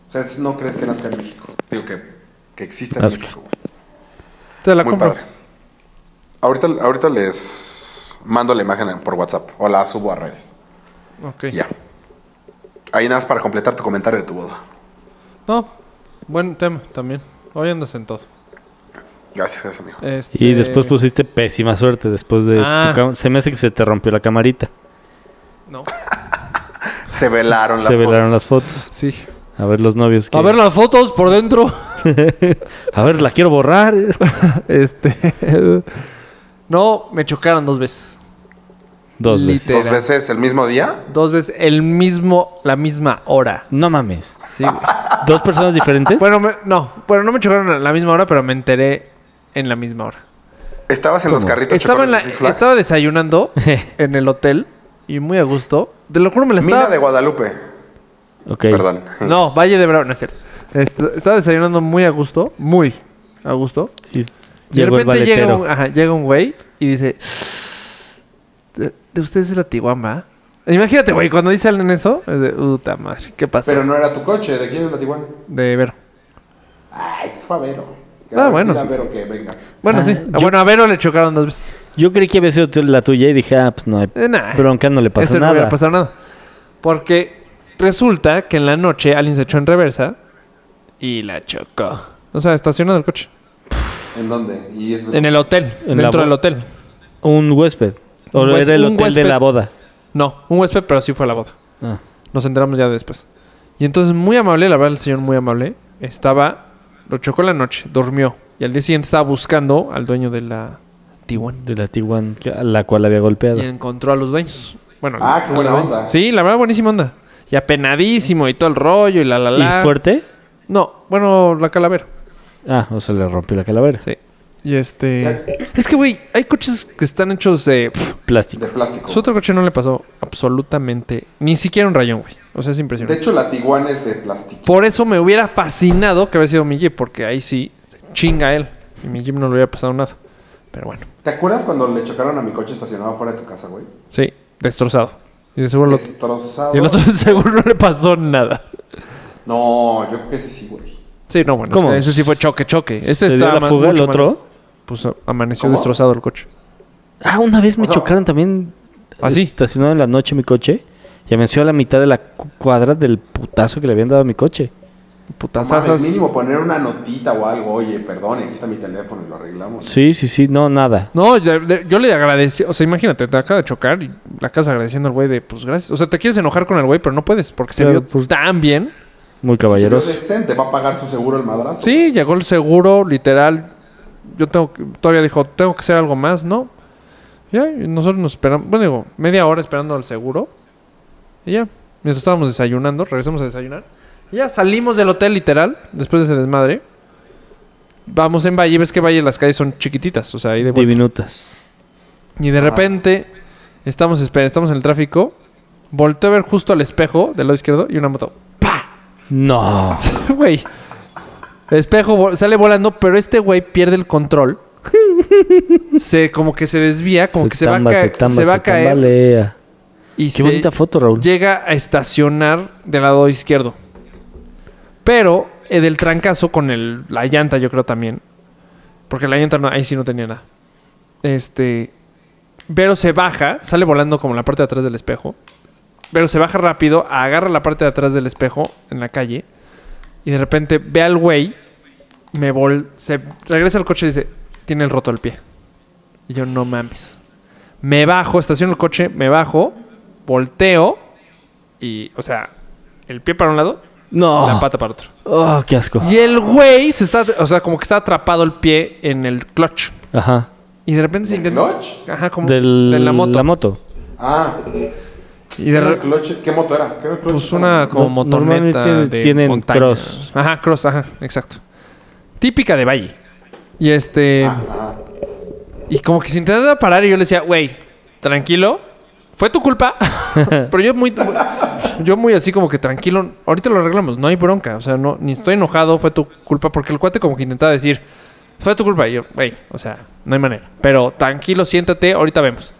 O sea, es- no crees que nazca en México. Digo que, que existe en
Nazca.
México. güey.
Te la
Muy
compro.
padre. Ahorita, ahorita les mando la imagen por WhatsApp o la subo a redes.
Ok.
Ya. Ahí nada más para completar tu comentario de tu boda.
No, buen tema también. Hoy andas en todo.
Gracias, gracias, amigo.
Este-
Y después pues, pusiste pésima suerte después de... tu
Ah.
cam- se me hace que se te rompió la camarita.
No.
Se velaron las
se velaron
fotos.
las fotos.
Sí.
A ver los novios.
A
que-
ver las fotos por dentro.
A ver, la quiero borrar.
este. no, me chocaron dos veces.
Dos
Lit-
veces.
¿Dos
Literal.
veces el mismo día?
Dos veces el mismo, la misma hora.
No mames.
Sí, güey.
¿Dos personas diferentes?
Bueno, me- no. Bueno, no me chocaron a la misma hora, pero me enteré en la misma hora.
¿Estabas en los carritos
Estaba, en la-
chocones de Six Flags?
estaba desayunando en el hotel y muy a gusto. Te lo juro, me la
Mina
estaba...
de Guadalupe.
Ok.
Perdón.
No, Valle de Bravo, no es cierto. Est- estaba desayunando muy a gusto, muy a gusto.
Y
Y de
llegó el
repente llega
valetero.
un, ajá, llega un güey y dice... "Te- de ustedes es la Tijuana. Imagínate, güey, cuando dicen eso, es de puta madre, ¿qué pasa?
Pero no era tu coche, ¿de quién es la Tiguan?
De Vero.
Ay, es Favero.
Ah, bueno,
Dile a
sí.
Vero que venga.
Bueno,
Ah,
sí.
yo-
Bueno, a Vero le chocaron dos veces.
Yo creí que había sido tu- la tuya y dije, ah, pues no hay
Eh, nah.
bronca, no le
Eso
pasa
no
nada.
hubiera pasado nada. Porque resulta que en la noche alguien se echó en reversa y la chocó. O sea, estacionado el coche.
¿En dónde? Y eso
En el hotel,
En la
dentro
bo-
del hotel.
Un huésped. O
Un hués-
era el
un
hotel
huésped.
de la boda.
No, un huésped, pero sí fue a la boda.
Ah.
Nos enteramos ya después. Y entonces, muy amable, la verdad, el señor muy amable. Estaba, lo chocó en la noche, durmió. Y al día siguiente estaba buscando al dueño de la Tijuana.
De la Tiguan, que- a la cual había golpeado.
Y encontró a los dueños. Bueno,
Ah, qué
a
buena
los
onda.
dueños. Sí, la verdad, buenísima onda. Y apenadísimo y todo el rollo y la la la.
¿Y fuerte?
No, bueno, la calavera.
Ah, o se le rompió la calavera.
Sí. Y este. Es que, güey, hay coches que están hechos de. pff,
de
Plástico.
plástico.
Su otro coche no le pasó absolutamente ni siquiera un rayón, güey. O sea, es
De
impresionante.
hecho, la Tiguan es de plástico.
Por eso me hubiera fascinado que hubiera sido mi Jeep, porque ahí sí se chinga él. Y mi Jeep no le hubiera pasado nada. Pero bueno,
¿Te acuerdas cuando le chocaron a mi coche estacionado fuera de tu casa, güey?
sí, destrozado. Y de seguro lo-
Destrozado.
y el otro seguro no le pasó nada.
No, yo creo que ese sí, güey.
Sí, no, bueno.
¿Cómo?
es que Ese sí fue choque, choque. Este
¿Se dio
está
la
ma-
fuga el
mucho más-
otro?
Pues a- amaneció
¿Cómo?
destrozado el coche.
Ah, una vez me
O sea,
chocaron también.
¿Ah, sí?
Estacionado en la noche mi coche. Y venció a la mitad de la cu- cuadra del putazo que le habían dado a mi coche.
Mames,
Putazazas.
mínimo poner una notita o algo. Oye, perdone, aquí está mi teléfono y lo arreglamos.
Sí, sí, sí. No, nada.
No, yo, de- yo le agradecí. O sea, imagínate, te acaba de chocar y la acabas agradeciendo al güey de, pues gracias. O sea, te quieres enojar con el güey, pero no puedes porque se
Claro,
vio
pues-
tan bien.
Muy
Caballero.
caballeroso.
decente, va a pagar su seguro el madrazo.
Sí, llegó el seguro, literal. Yo tengo que- todavía dijo, tengo que hacer algo más, ¿no? Ya, y nosotros nos esperamos, bueno, digo, media hora esperando al seguro. Y ya, mientras estábamos desayunando, regresamos a desayunar. Y ya salimos del hotel, literal, después de ese desmadre. Vamos en Valle, ves que Valle las calles son chiquititas, o sea, ahí de vuelta.
Diminutas.
Y de repente estamos esper- estamos en el tráfico. Volteo a ver justo al espejo del lado izquierdo y una moto.
No.
Güey. El espejo vo- sale volando, pero este güey pierde el control. Se como que se desvía, como que se
tamba,
va a caer,
se
se,
tamba,
va
se
a caer
tambalea.
y
Qué bonita foto, Raúl.
llega a estacionar del lado izquierdo. Pero eh, del trancazo con el, la llanta, yo creo también. Porque la llanta no- ahí sí no tenía nada. Este. Pero se baja, sale volando como la parte de atrás del espejo. Pero se baja rápido, agarra la parte de atrás del espejo en la calle. Y de repente ve al güey. Me vol se regresa al coche y dice: Tiene el roto el pie. Y yo, no mames. Me bajo, estaciono el coche, me bajo, volteo y, o sea, el pie para un lado,
No.
Ah.
la pata para otro.
Oh, qué asco.
Y el güey se está, o sea, como que está atrapado el pie en el clutch.
Ajá.
Y de repente se
¿El
intenta.
clutch?
Ajá, como.
Del-
de la moto.
Ah,
Y de
¿qué
repente.
clutch- ¿qué moto era? ¿Qué era el clutch?
Pues una como
No-
motoneta
normalmente
de
tienen
montaña.
cross.
Ajá, cross, ajá, exacto. Típica de Valle. Y este.
Ah,
Y como que se intentaba parar y yo le decía, güey, tranquilo, fue tu culpa. Pero yo muy, muy- yo muy así como que tranquilo, ahorita lo arreglamos, no hay bronca, o sea, no, ni estoy enojado, fue tu culpa, porque el cuate como que intentaba decir, fue tu culpa, y yo, güey, o sea, no hay manera. Pero tranquilo, siéntate, ahorita vemos.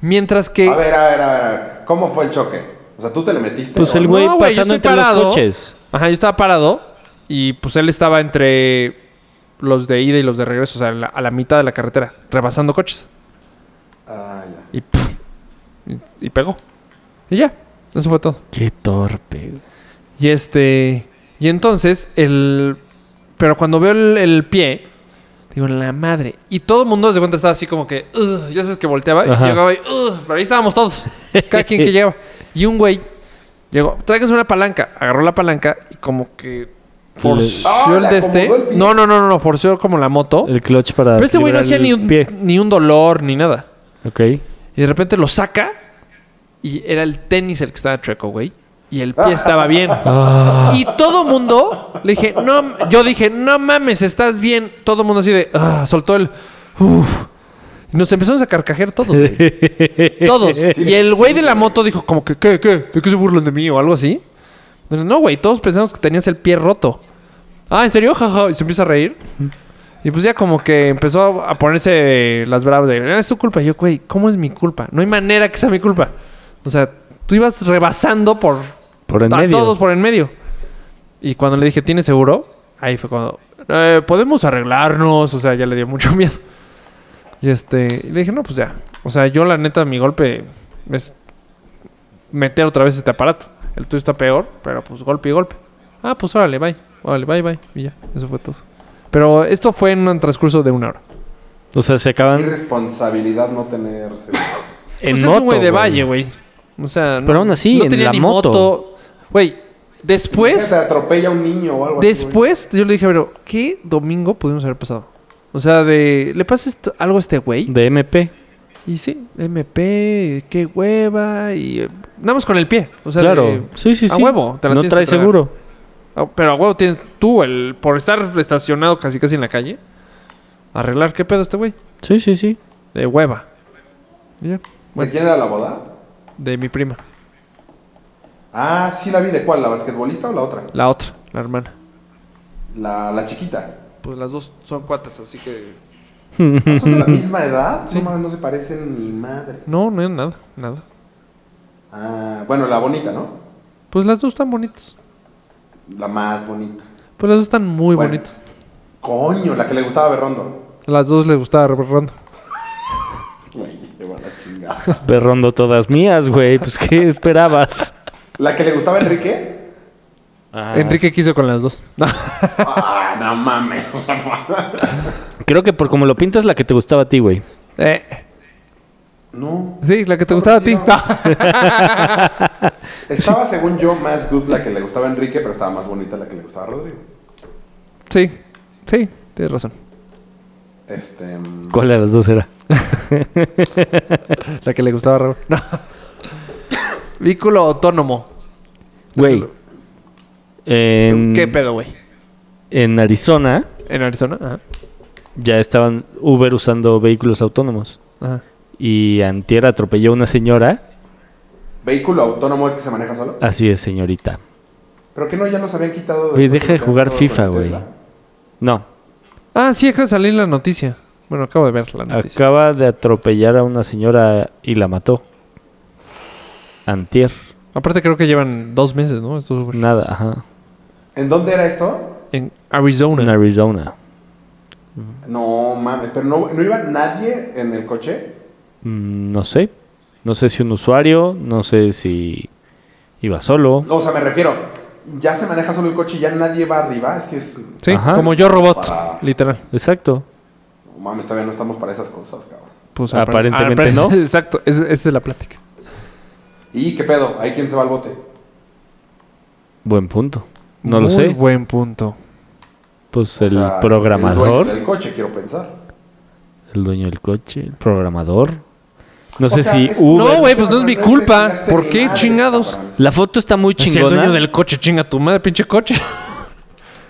Mientras que...
A ver, a ver, a ver, a ver. ¿Cómo fue el choque? O sea, tú te le metiste.
Pues
¿o
el
no?
güey
No, güey, yo
pasando
estoy
entre
parado.
los coches.
Ajá, yo estaba parado y pues él estaba entre los de ida y los de regreso, o sea, en la- a la mitad de la carretera, rebasando coches.
Ah, ya.
Y, ¡puf! y, y pegó. Y ya, eso fue todo.
Qué torpe.
Y este. Y entonces, el. Pero cuando veo el, el pie, digo, la madre. Y todo el mundo se cuenta estaba así como que. "Ugh", ya sabes que volteaba y
Ajá.
llegaba y. "Ugh", pero ahí estábamos todos. Cada quien que llegaba. Y un güey llegó, tráiganse una palanca. Agarró la palanca y como que. Forció
Ah,
el
le
de este.
acomodó el pie.
No, no, no, no, no, forció como la moto.
El clutch para.
Oh. pero este güey no
liberar
hacía
el
ni un,
pie.
ni un dolor ni nada.
Ok.
Y de repente lo saca y era el tenis el que estaba chueco, güey. Y el pie estaba bien. Y todo mundo le dije, no, yo dije, no mames, estás bien. Todo mundo así de, "Ah", soltó el, "Uf". Y nos empezamos a carcajear todos, güey. Todos. Y el güey de la moto dijo, como que, ¿qué, qué? ¿De qué se burlan de mí o algo así? Bueno, no, güey, todos pensamos que tenías el pie roto. Ah, ¿en serio? Jaja. Y se empieza a reír. Y Y pues ya como que empezó a ponerse las bravas de, "Ah, es tu culpa. Y yo, güey, ¿cómo es mi culpa? No hay manera que sea mi culpa. O sea, tú ibas rebasando por...
Por en
a
medio.
todos por en medio. Y cuando le dije, ¿tienes seguro? Ahí fue cuando, "Eh, podemos arreglarnos. O sea, ya le dio mucho miedo. Y este, y le dije, no, pues ya. O sea, yo la neta, mi golpe es meter otra vez este aparato. El tuyo está peor, pero pues golpe y golpe. Ah, pues órale, bye. Órale, bye, bye. Y ya, eso fue todo. Pero esto fue en un transcurso de una hora.
O sea, se
Qué
acaban
irresponsabilidad no tener seguro.
en
Pues
moto.
es un güey de
güey.
valle, güey. O sea, no,
Pero aún así,
no
en
tenía
la
ni
moto.
Güey, después,
Te atropella un niño o algo así,
Pues, después yo le dije, pero, ¿qué domingo pudimos haber pasado? O sea, de, ¿le pasa esto- algo a este güey?
De MP.
Y sí, MP, qué hueva, y eh, nada más con el pie. O sea,
claro.
de-
sí, sí,
a
sí.
huevo, te la
no
tienes que
trae
tragar.
seguro.
Ah, Pero a huevo tienes tú, el, por estar estacionado casi casi en la calle, arreglar qué pedo este güey.
Sí, sí, sí.
De hueva. Y ya,
güey. ¿De quién era la boda?
de mi prima,
Ah, sí la vi. ¿De cuál? ¿La basquetbolista o la otra?
la otra, la hermana.
La, la chiquita.
Pues las dos son cuatas, así que...
Ah, ¿Son de la misma edad? No mames, no se parecen ni madre.
No, no es nada, nada.
Ah, bueno, la bonita, ¿no?
Pues las dos están bonitas.
La más bonita.
Pues las dos están muy
Bueno.
bonitas.
Coño, la que le gustaba a Berrondo.
A las dos les gustaba Rondo.
Güey, lleva la chingada.
Perrondo todas mías, güey. Pues, ¿qué esperabas? Eh,
¿La que le gustaba a Enrique?
Ah,
Enrique quiso con las dos.
Ah, no mames, Rafa.
Creo que por como lo pintas, la que te gustaba a ti, güey.
Eh,
No.
sí, la que te gustaba a ti.
Estaba, según yo, más good la que le gustaba a Enrique, pero estaba más bonita la que le gustaba a Rodrigo.
sí, sí, tienes razón.
Este. mm,
¿Cuál de las dos era?
La que le gustaba a Raúl. No. Vínculo autónomo.
Güey. En,
¿Qué pedo, güey?
en Arizona
En Arizona, ajá.
ya estaban Uber usando vehículos autónomos.
ajá.
Y Antier atropelló a una señora.
Vehículo autónomo es que se maneja solo.
Así es, señorita.
Pero que no, ya nos habían quitado.
Oye, deja de jugar
todo con
FIFA,
Tesla.
güey. No,
Ah, sí, acaba de salir la noticia. Bueno, acabo de ver la noticia.
acaba de atropellar a una señora y la mató. Antier.
Aparte creo que llevan dos meses, ¿no? Estos Uber.
Nada, ajá.
¿En dónde era esto?
En Arizona.
En Arizona.
No mames, pero no, no iba nadie en el coche.
Mm, No sé. No sé si un usuario, no sé si iba solo.
No, o sea, me refiero. Ya se maneja solo el coche y ya nadie va arriba. Es que es.
Sí,
Ajá.
como yo robot,
Para-
literal.
Exacto.
No mames, todavía no estamos para esas cosas, cabrón.
Pues
Aparentemente
apare-
no.
Exacto, es- esa es la plática.
¿Y qué pedo? ¿Ahí quién se va al bote?
Buen punto. No lo
Muy
sé.
buen punto.
Pues
O
el
sea, El
programador,
dueño del coche, quiero pensar.
el dueño del coche, el programador. No sé
sea,
si
es-
Uber.
No, güey, pues no
Pero
es mi
no
culpa.
investigaste
¿Por
ni
qué
madre,
chingados?
cabrón.
La foto está muy
Si el
chingona.
dueño del coche, chinga tu madre, pinche coche.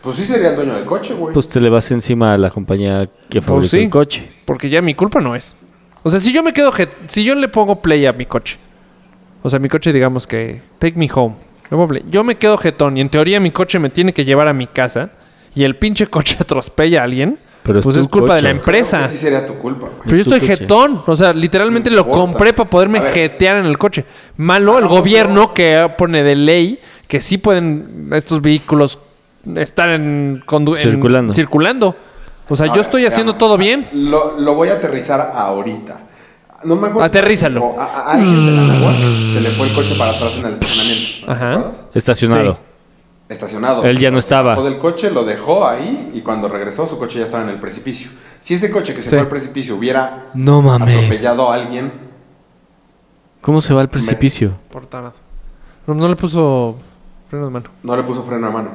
Pues sí sería el dueño del coche, güey.
Pues te le vas encima a la compañía que fabricó
sí.
el coche.
Porque ya mi culpa no es. O sea, si yo me quedo... je- Si yo le pongo play a mi coche. O sea, mi coche digamos que... Take me home. Le pongo play. Yo me quedo jetón y en teoría mi coche me tiene que llevar a mi casa. Y el pinche coche atropella a alguien.
Pero es
pues
tu
es culpa de la
coche.
Creo
empresa.
que pues sí sería tu culpa, güey.
Pero yo
Es tu
estoy
coche.
jetón. O sea, literalmente
No
lo
importa.
compré para poderme
A ver. Ah,
jetear en el coche. Malo el
no,
gobierno
no.
que pone de ley que sí pueden estos vehículos estar en, condu- en-
Circulando.
circulando. O sea,
A
yo
ver,
estoy haciendo
veamos.
todo bien.
Lo, lo voy a aterrizar ahorita. No me acuerdo.
Aterrízalo.
O A, a alguien de la Nahuatl se le fue el coche para atrás en el estacionamiento. ¿no?
Ajá.
¿Te acuerdas?
Estacionado.
Sí.
Estacionado.
Él ya no estaba.
Todo el coche lo dejó ahí y cuando regresó su coche ya estaba en el precipicio. Si ese coche que se
Sí.
fue al precipicio hubiera
No mames.
atropellado a alguien,
¿Cómo se va al precipicio?
Por tarado. No, no le puso freno de mano.
no le puso freno a mano.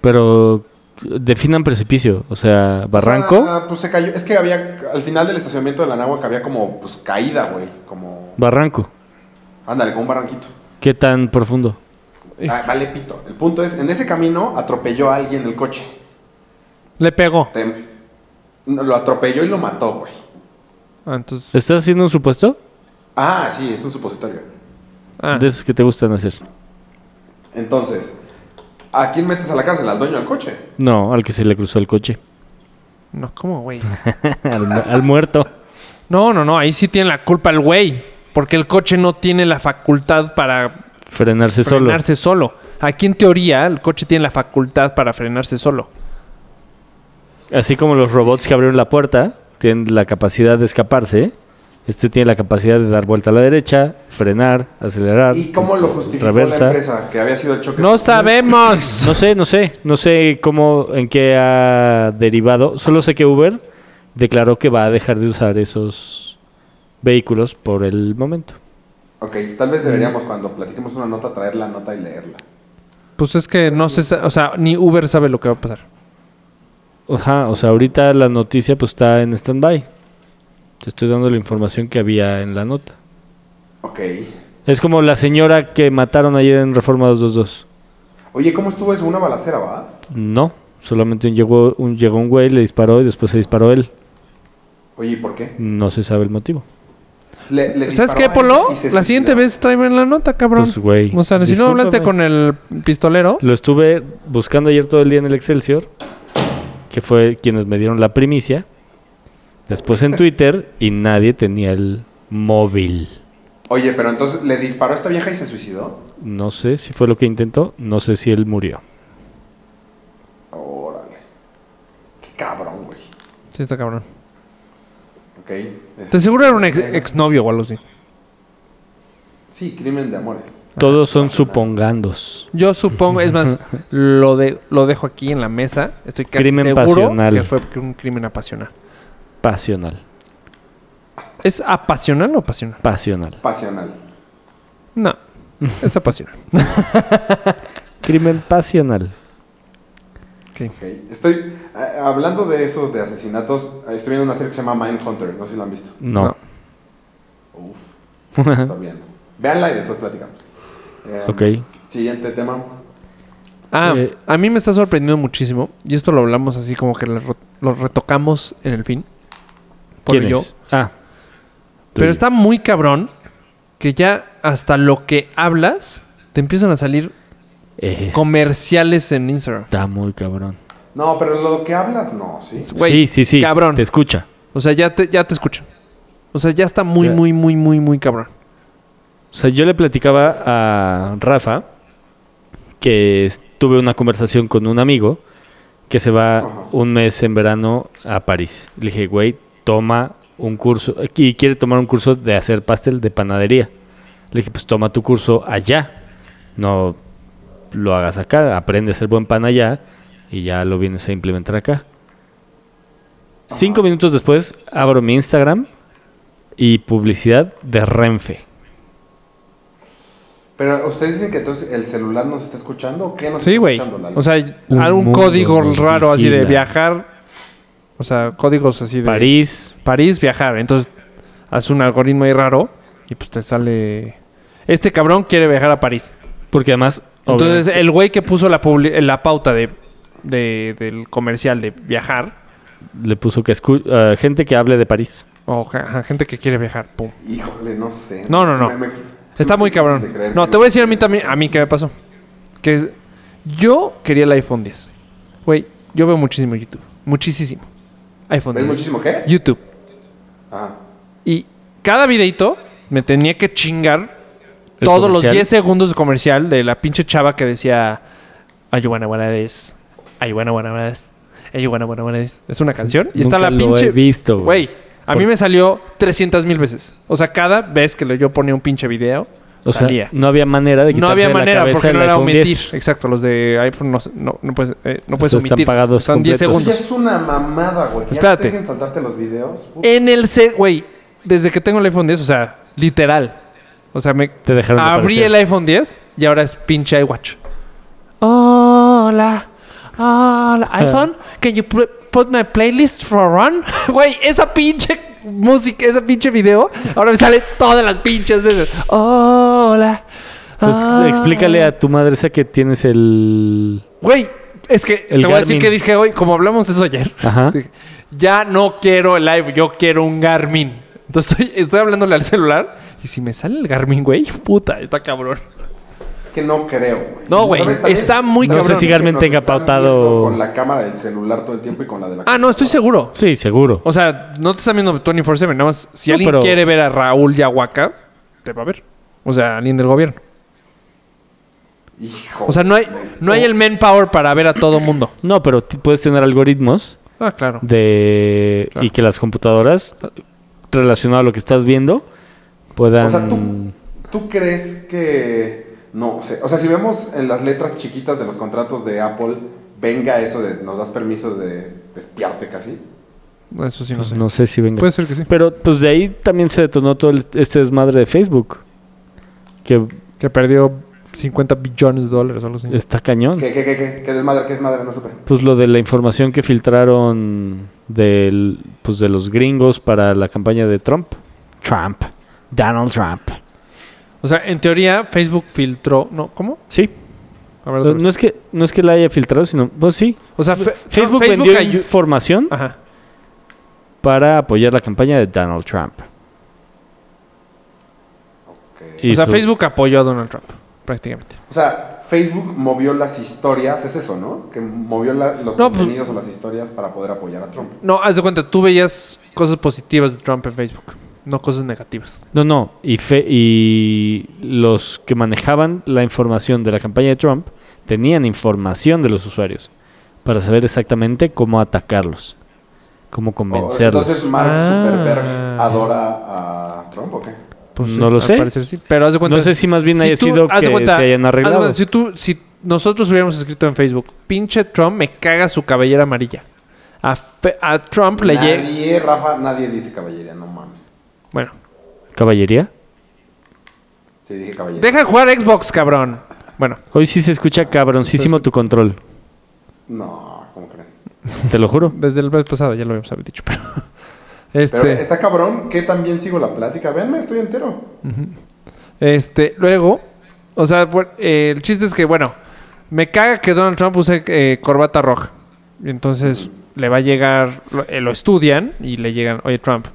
Pero definan precipicio, o sea, barranco,
Ah, pues se cayó. Es que había, al final del estacionamiento de la Nahuatl había como, pues caída, güey. Como,
barranco.
ándale, como un barranquito.
¿Qué tan profundo?
Ah, vale, pito. El punto es, en ese camino atropelló a alguien el coche.
Le pegó.
Te- no, lo atropelló y lo mató, güey.
Ah, entonces...
¿Estás haciendo un supuesto?
Ah, sí, es un supositorio.
ah.
De esos que te gustan hacer.
Entonces, ¿a quién metes a la cárcel? ¿Al dueño del coche?
No, al que se le cruzó el coche.
No, ¿cómo, güey?
al, mu- al muerto.
No, no, no. Ahí sí tiene la culpa el güey. Porque el coche no tiene la facultad para
Frenarse solo.
frenarse solo. Aquí, en teoría, el coche tiene la facultad para frenarse solo.
Así como los robots que abrieron la puerta tienen la capacidad de escaparse, este tiene la capacidad de dar vuelta a la derecha, frenar, acelerar.
¿Y cómo lo justificó la
Reversa.
empresa? Que había sido el choque.
¡No sabemos!
No sé, no sé, no sé cómo, en qué ha derivado. Solo sé que Uber declaró que va a dejar de usar esos vehículos por el momento.
Ok, tal vez deberíamos cuando platiquemos una nota traer la nota y leerla.
Pues es que no se... sa- O sea, ni Uber sabe lo que va a pasar.
Ajá, o sea, ahorita la noticia pues está en stand-by. Te estoy dando la información que había en la nota.
Ok.
Es como la señora que mataron ayer en Reforma 222.
Oye, ¿cómo estuvo eso? ¿Una balacera, va?
No, solamente un- llegó un, llegó un güey, le disparó y después se disparó él.
Oye, ¿y por qué?
No se sabe el motivo.
Le- le
¿Sabes
disparó
qué,
a él
Polo?
y se
La siguiente
suicidó.
vez tráeme la nota, cabrón.
Pues, güey,
O sea, si no hablaste
discúlpame.
con el pistolero...
Lo estuve buscando ayer todo el día en el Excelsior, que fue quienes me dieron la primicia. Después en Twitter y nadie tenía el móvil.
Oye, pero entonces le disparó a esta vieja y se suicidó.
No sé si fue lo que intentó, no sé si él murió.
Órale. Qué cabrón, güey.
Sí, está cabrón.
Ok. es-
Te seguro era un ex- exnovio o algo así.
Sí, crimen de amores.
Ah,
Todos son supongandos.
Yo supongo, es más, lo, de, lo dejo aquí en la mesa. Estoy casi
Crimen
seguro
pasional.
que fue un crimen apasional.
Pasional.
¿Es apasional o pasional?
Pasional.
Pasional.
No, es apasional.
Crimen pasional.
Ok.
Ok. Estoy a- hablando de esos de asesinatos. Estoy viendo una serie que se llama Mindhunter. No sé si lo han visto.
No.
Uf. Está bien. Veanla y después platicamos. Eh,
Ok.
Siguiente tema.
Ah,
Eh.
a mí me está sorprendiendo muchísimo. Y esto lo hablamos así como que lo, re- lo retocamos en el fin. Polo y
¿Quién
yo.
es? Ah. tú y
Pero este
yo.
está muy cabrón que ya hasta lo que hablas te empiezan a salir
Es-
comerciales en Instagram.
Está muy cabrón.
No, pero lo que hablas, no, sí.
Güey,
sí, sí, sí.
cabrón.
Te escucha.
O sea, ya te, ya te escuchan. O sea, ya está muy,
Ya.
muy, muy, muy, muy cabrón.
O sea, yo le platicaba a Rafa que es- tuve una conversación con un amigo que se va
Ajá.
un mes en verano a París. Le dije, güey, toma un curso y quiere tomar un curso de hacer pastel de panadería. Le dije, pues toma tu curso allá. No lo hagas acá, aprende a hacer buen pan allá y ya lo vienes a implementar acá. Cinco minutos después abro mi Instagram y publicidad de Renfe.
Pero ustedes dicen que entonces el celular nos está escuchando o qué nos
Sí,
está
güey.
escuchando? Lalo?
O sea,
Un
algún
mundo
código
nos
raro así de
vigila.
viajar. O sea, códigos así de
París,
París, viajar. Entonces, hace un algoritmo ahí raro y pues te sale... Este cabrón quiere viajar a París.
porque además
Entonces,
obviamente,
el güey que puso la, publi- la pauta de, de- del comercial de viajar,
le puso que escu- eh, gente que hable de París.
o ja- ja- gente que quiere viajar, pum.
Híjole, no sé.
No, no, no.
Me- me-
Está
me
muy
siento de
cabrón.
creer
No,
que
te voy a decir a mí también, a mí qué me pasó. Que es- yo quería el iPhone 10. Güey, yo veo muchísimo YouTube. Muchísimo. iPhone
¿Ves
10.
muchísimo qué?
YouTube.
Ah.
Y cada videito me tenía que chingar
¿El
todos los
comercial?
10 segundos de comercial de la pinche chava que decía Ayuana Guanades. Ayuana Guanades. Ayuana Guanades. Es una canción. Y está
Nunca
la
lo
pinche.
he visto, güey.
Güey, a mí
Por-
me salió 300 mil veces. O sea, cada vez que yo ponía un pinche video,
O sea,
salía.
no había manera de
No
quitarte
había
de la
manera
cabeza
porque
el
no era
iPhone
omitir.
10.
Exacto, los de iPhone no, se- no, no puedes, eh, no puedes
Esos están
omitir.
pagados
Están 10
completos.
Ya
segundos.
es una mamada, güey. Ya
Espérate.
te dejen saltarte los videos. puta.
En el C, güey, desde que tengo el iPhone 10, o sea, literal. O sea, me
Te dejaron
abrí
aparecer.
el iPhone 10 y ahora es pinche iWatch. Hola. Hola, iPhone. Can you pl- put my playlist for a run? Güey, esa pinche música, ese pinche video, ahora me sale todas las pinches veces. Hola.
Pues,
hola.
explícale a tu madre esa que tienes el
Güey, es que te
El
voy a decir
Garmin.
que dije hoy, como hablamos eso ayer,
Ajá.
dije, ya no quiero el live, yo quiero un Garmin. Entonces estoy, estoy hablándole al celular y si me sale el Garmin, güey, puta, está cabrón.
Es que no creo, güey.
No, güey,
También- también-
está muy
No sé
cabrón.
si
que
Garmente
nos están
encapautado-
viendo Con la cámara del celular todo el tiempo y con la de la
Ah, no, estoy seguro.
Sí, seguro.
O sea, no te están viendo 24-7, nada más. Si
No,
alguien
pero-
quiere ver a Raúl Yahuaca, te va a ver. O sea, alguien del gobierno.
Hijo.
O sea, no hay, no hay el manpower para ver a todo mundo.
No, pero ti- puedes tener algoritmos
Ah, claro.
de
Claro.
y que las computadoras relacionado a lo que estás viendo puedan
O sea, tú, tú crees que. No sé. O sea, si vemos en las letras chiquitas de los contratos de Apple, venga eso de nos das permiso de espiarte casi.
Eso sí, no
pues,
sé.
no sé si venga.
Puede ser que sí.
Pero pues de ahí también se detonó todo el- este desmadre de Facebook. Que
Que perdió 50 billones de dólares o algo así.
está cañón.
¿Qué, qué, qué, qué? ¿Qué desmadre? ¿Qué desmadre? No supe.
Pues lo de la información que filtraron del, pues, de los gringos para la campaña de Trump. Trump. Donald Trump.
O sea, en teoría, Facebook filtró. ¿No? ¿Cómo?
Sí.
A ver, otra
No,
vez.
no es que, no es que la haya filtrado, sino... Pues sí.
O sea, Ah. fe-
Facebook, vendió
ayu-
información
Ajá.
para apoyar la campaña de Donald Trump. Y
O sea,
su-
Facebook apoyó a Donald Trump, prácticamente.
O sea, Facebook movió las historias, es eso, ¿no? Que movió la- los
No, pues-
contenidos o las historias para poder apoyar a Trump.
No, haz de cuenta, tú veías cosas positivas de Trump en Facebook, no cosas negativas.
No, no. Y, fe- y los que manejaban la información de la campaña de Trump tenían información de los usuarios para saber exactamente cómo atacarlos, cómo convencerlos.
Entonces, Mark
Ah.
Zuckerberg adora a Trump o qué?
Pues,
No lo
al
sé.
parecer sí. Pero haz de cuenta.
No sé si más bien haya
tú-
sido
haz de
que se hayan
haz de
arreglado.
cuenta, si tú, si nosotros hubiéramos escrito en Facebook, pinche Trump me caga su cabellera amarilla. A, fe- a Trump le llega.
Nadie, Rafa, nadie dice caballería, no mames.
Bueno,
¿Caballería?
Sí, dije caballería.
deja de jugar Xbox, cabrón. Bueno,
Hoy sí se escucha cabroncísimo tu control.
No, ¿cómo creen?
Te lo juro.
desde el mes pasado ya lo habíamos dicho, pero. Este,
Pero está cabrón que también sigo la plática. Véanme, estoy entero.
Este, luego, o sea, bu- eh, el chiste es que, bueno, me caga que Donald Trump use eh, corbata roja. Y entonces le va a llegar, lo, eh, lo estudian y le llegan, oye Trump,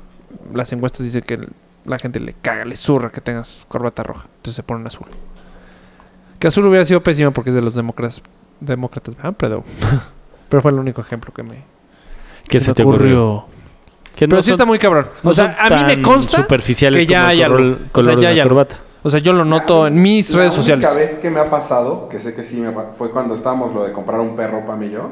las encuestas dicen que el- la gente le caga, le zurra que tengas corbata roja. Entonces se ponen azul. Que azul hubiera sido pésimo porque es de los demócratas, demócratas ¿verdad? Pero, pero fue el único ejemplo que me,
¿Qué se, te ocurrió? Que
Pero sí
son-
está muy cabrón.
no
o sea,
son
a mí me
tan
consta
superficiales
que ya
como el
hay algo.
color-
O sea,
color de
ya
la
hay algo.
corbata.
O sea, yo lo noto en mis
La
redes sociales.
única vez que me ha pasado, que sé que sí, me pa- fue cuando estábamos lo de comprar un perro, Pam y yo.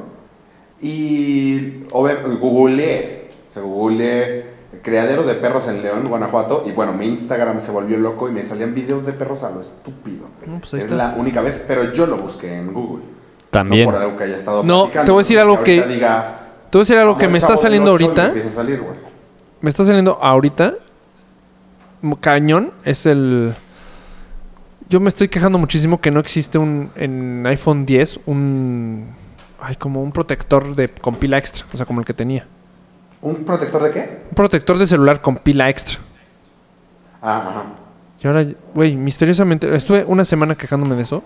Y obvio, googleé, o sea, googleé criadero de perros en León, Guanajuato. Y bueno, mi Instagram se volvió loco y me salían videos de perros a lo estúpido.
No, pues ahí
es
está.
la única vez, pero yo lo busqué en Google.
También.
No por algo que haya estado
No,
platicando,
te voy a decir algo que-
ahorita diga,
Te voy a decir algo
"Ah,
que
bueno,
me está
chavo,
saliendo
no, chavo", y
ahorita.
Empieza a salir, güey.
Me está saliendo ahorita. m- Cañón. Es el. Yo me estoy quejando muchísimo que no existe un. En iPhone 10 un. Ay, como un protector de con pila extra. O sea, como el que tenía.
¿Un protector de qué?
Un protector de celular con pila extra.
Ah, ajá.
Y ahora, güey, misteriosamente, estuve una semana quejándome de eso.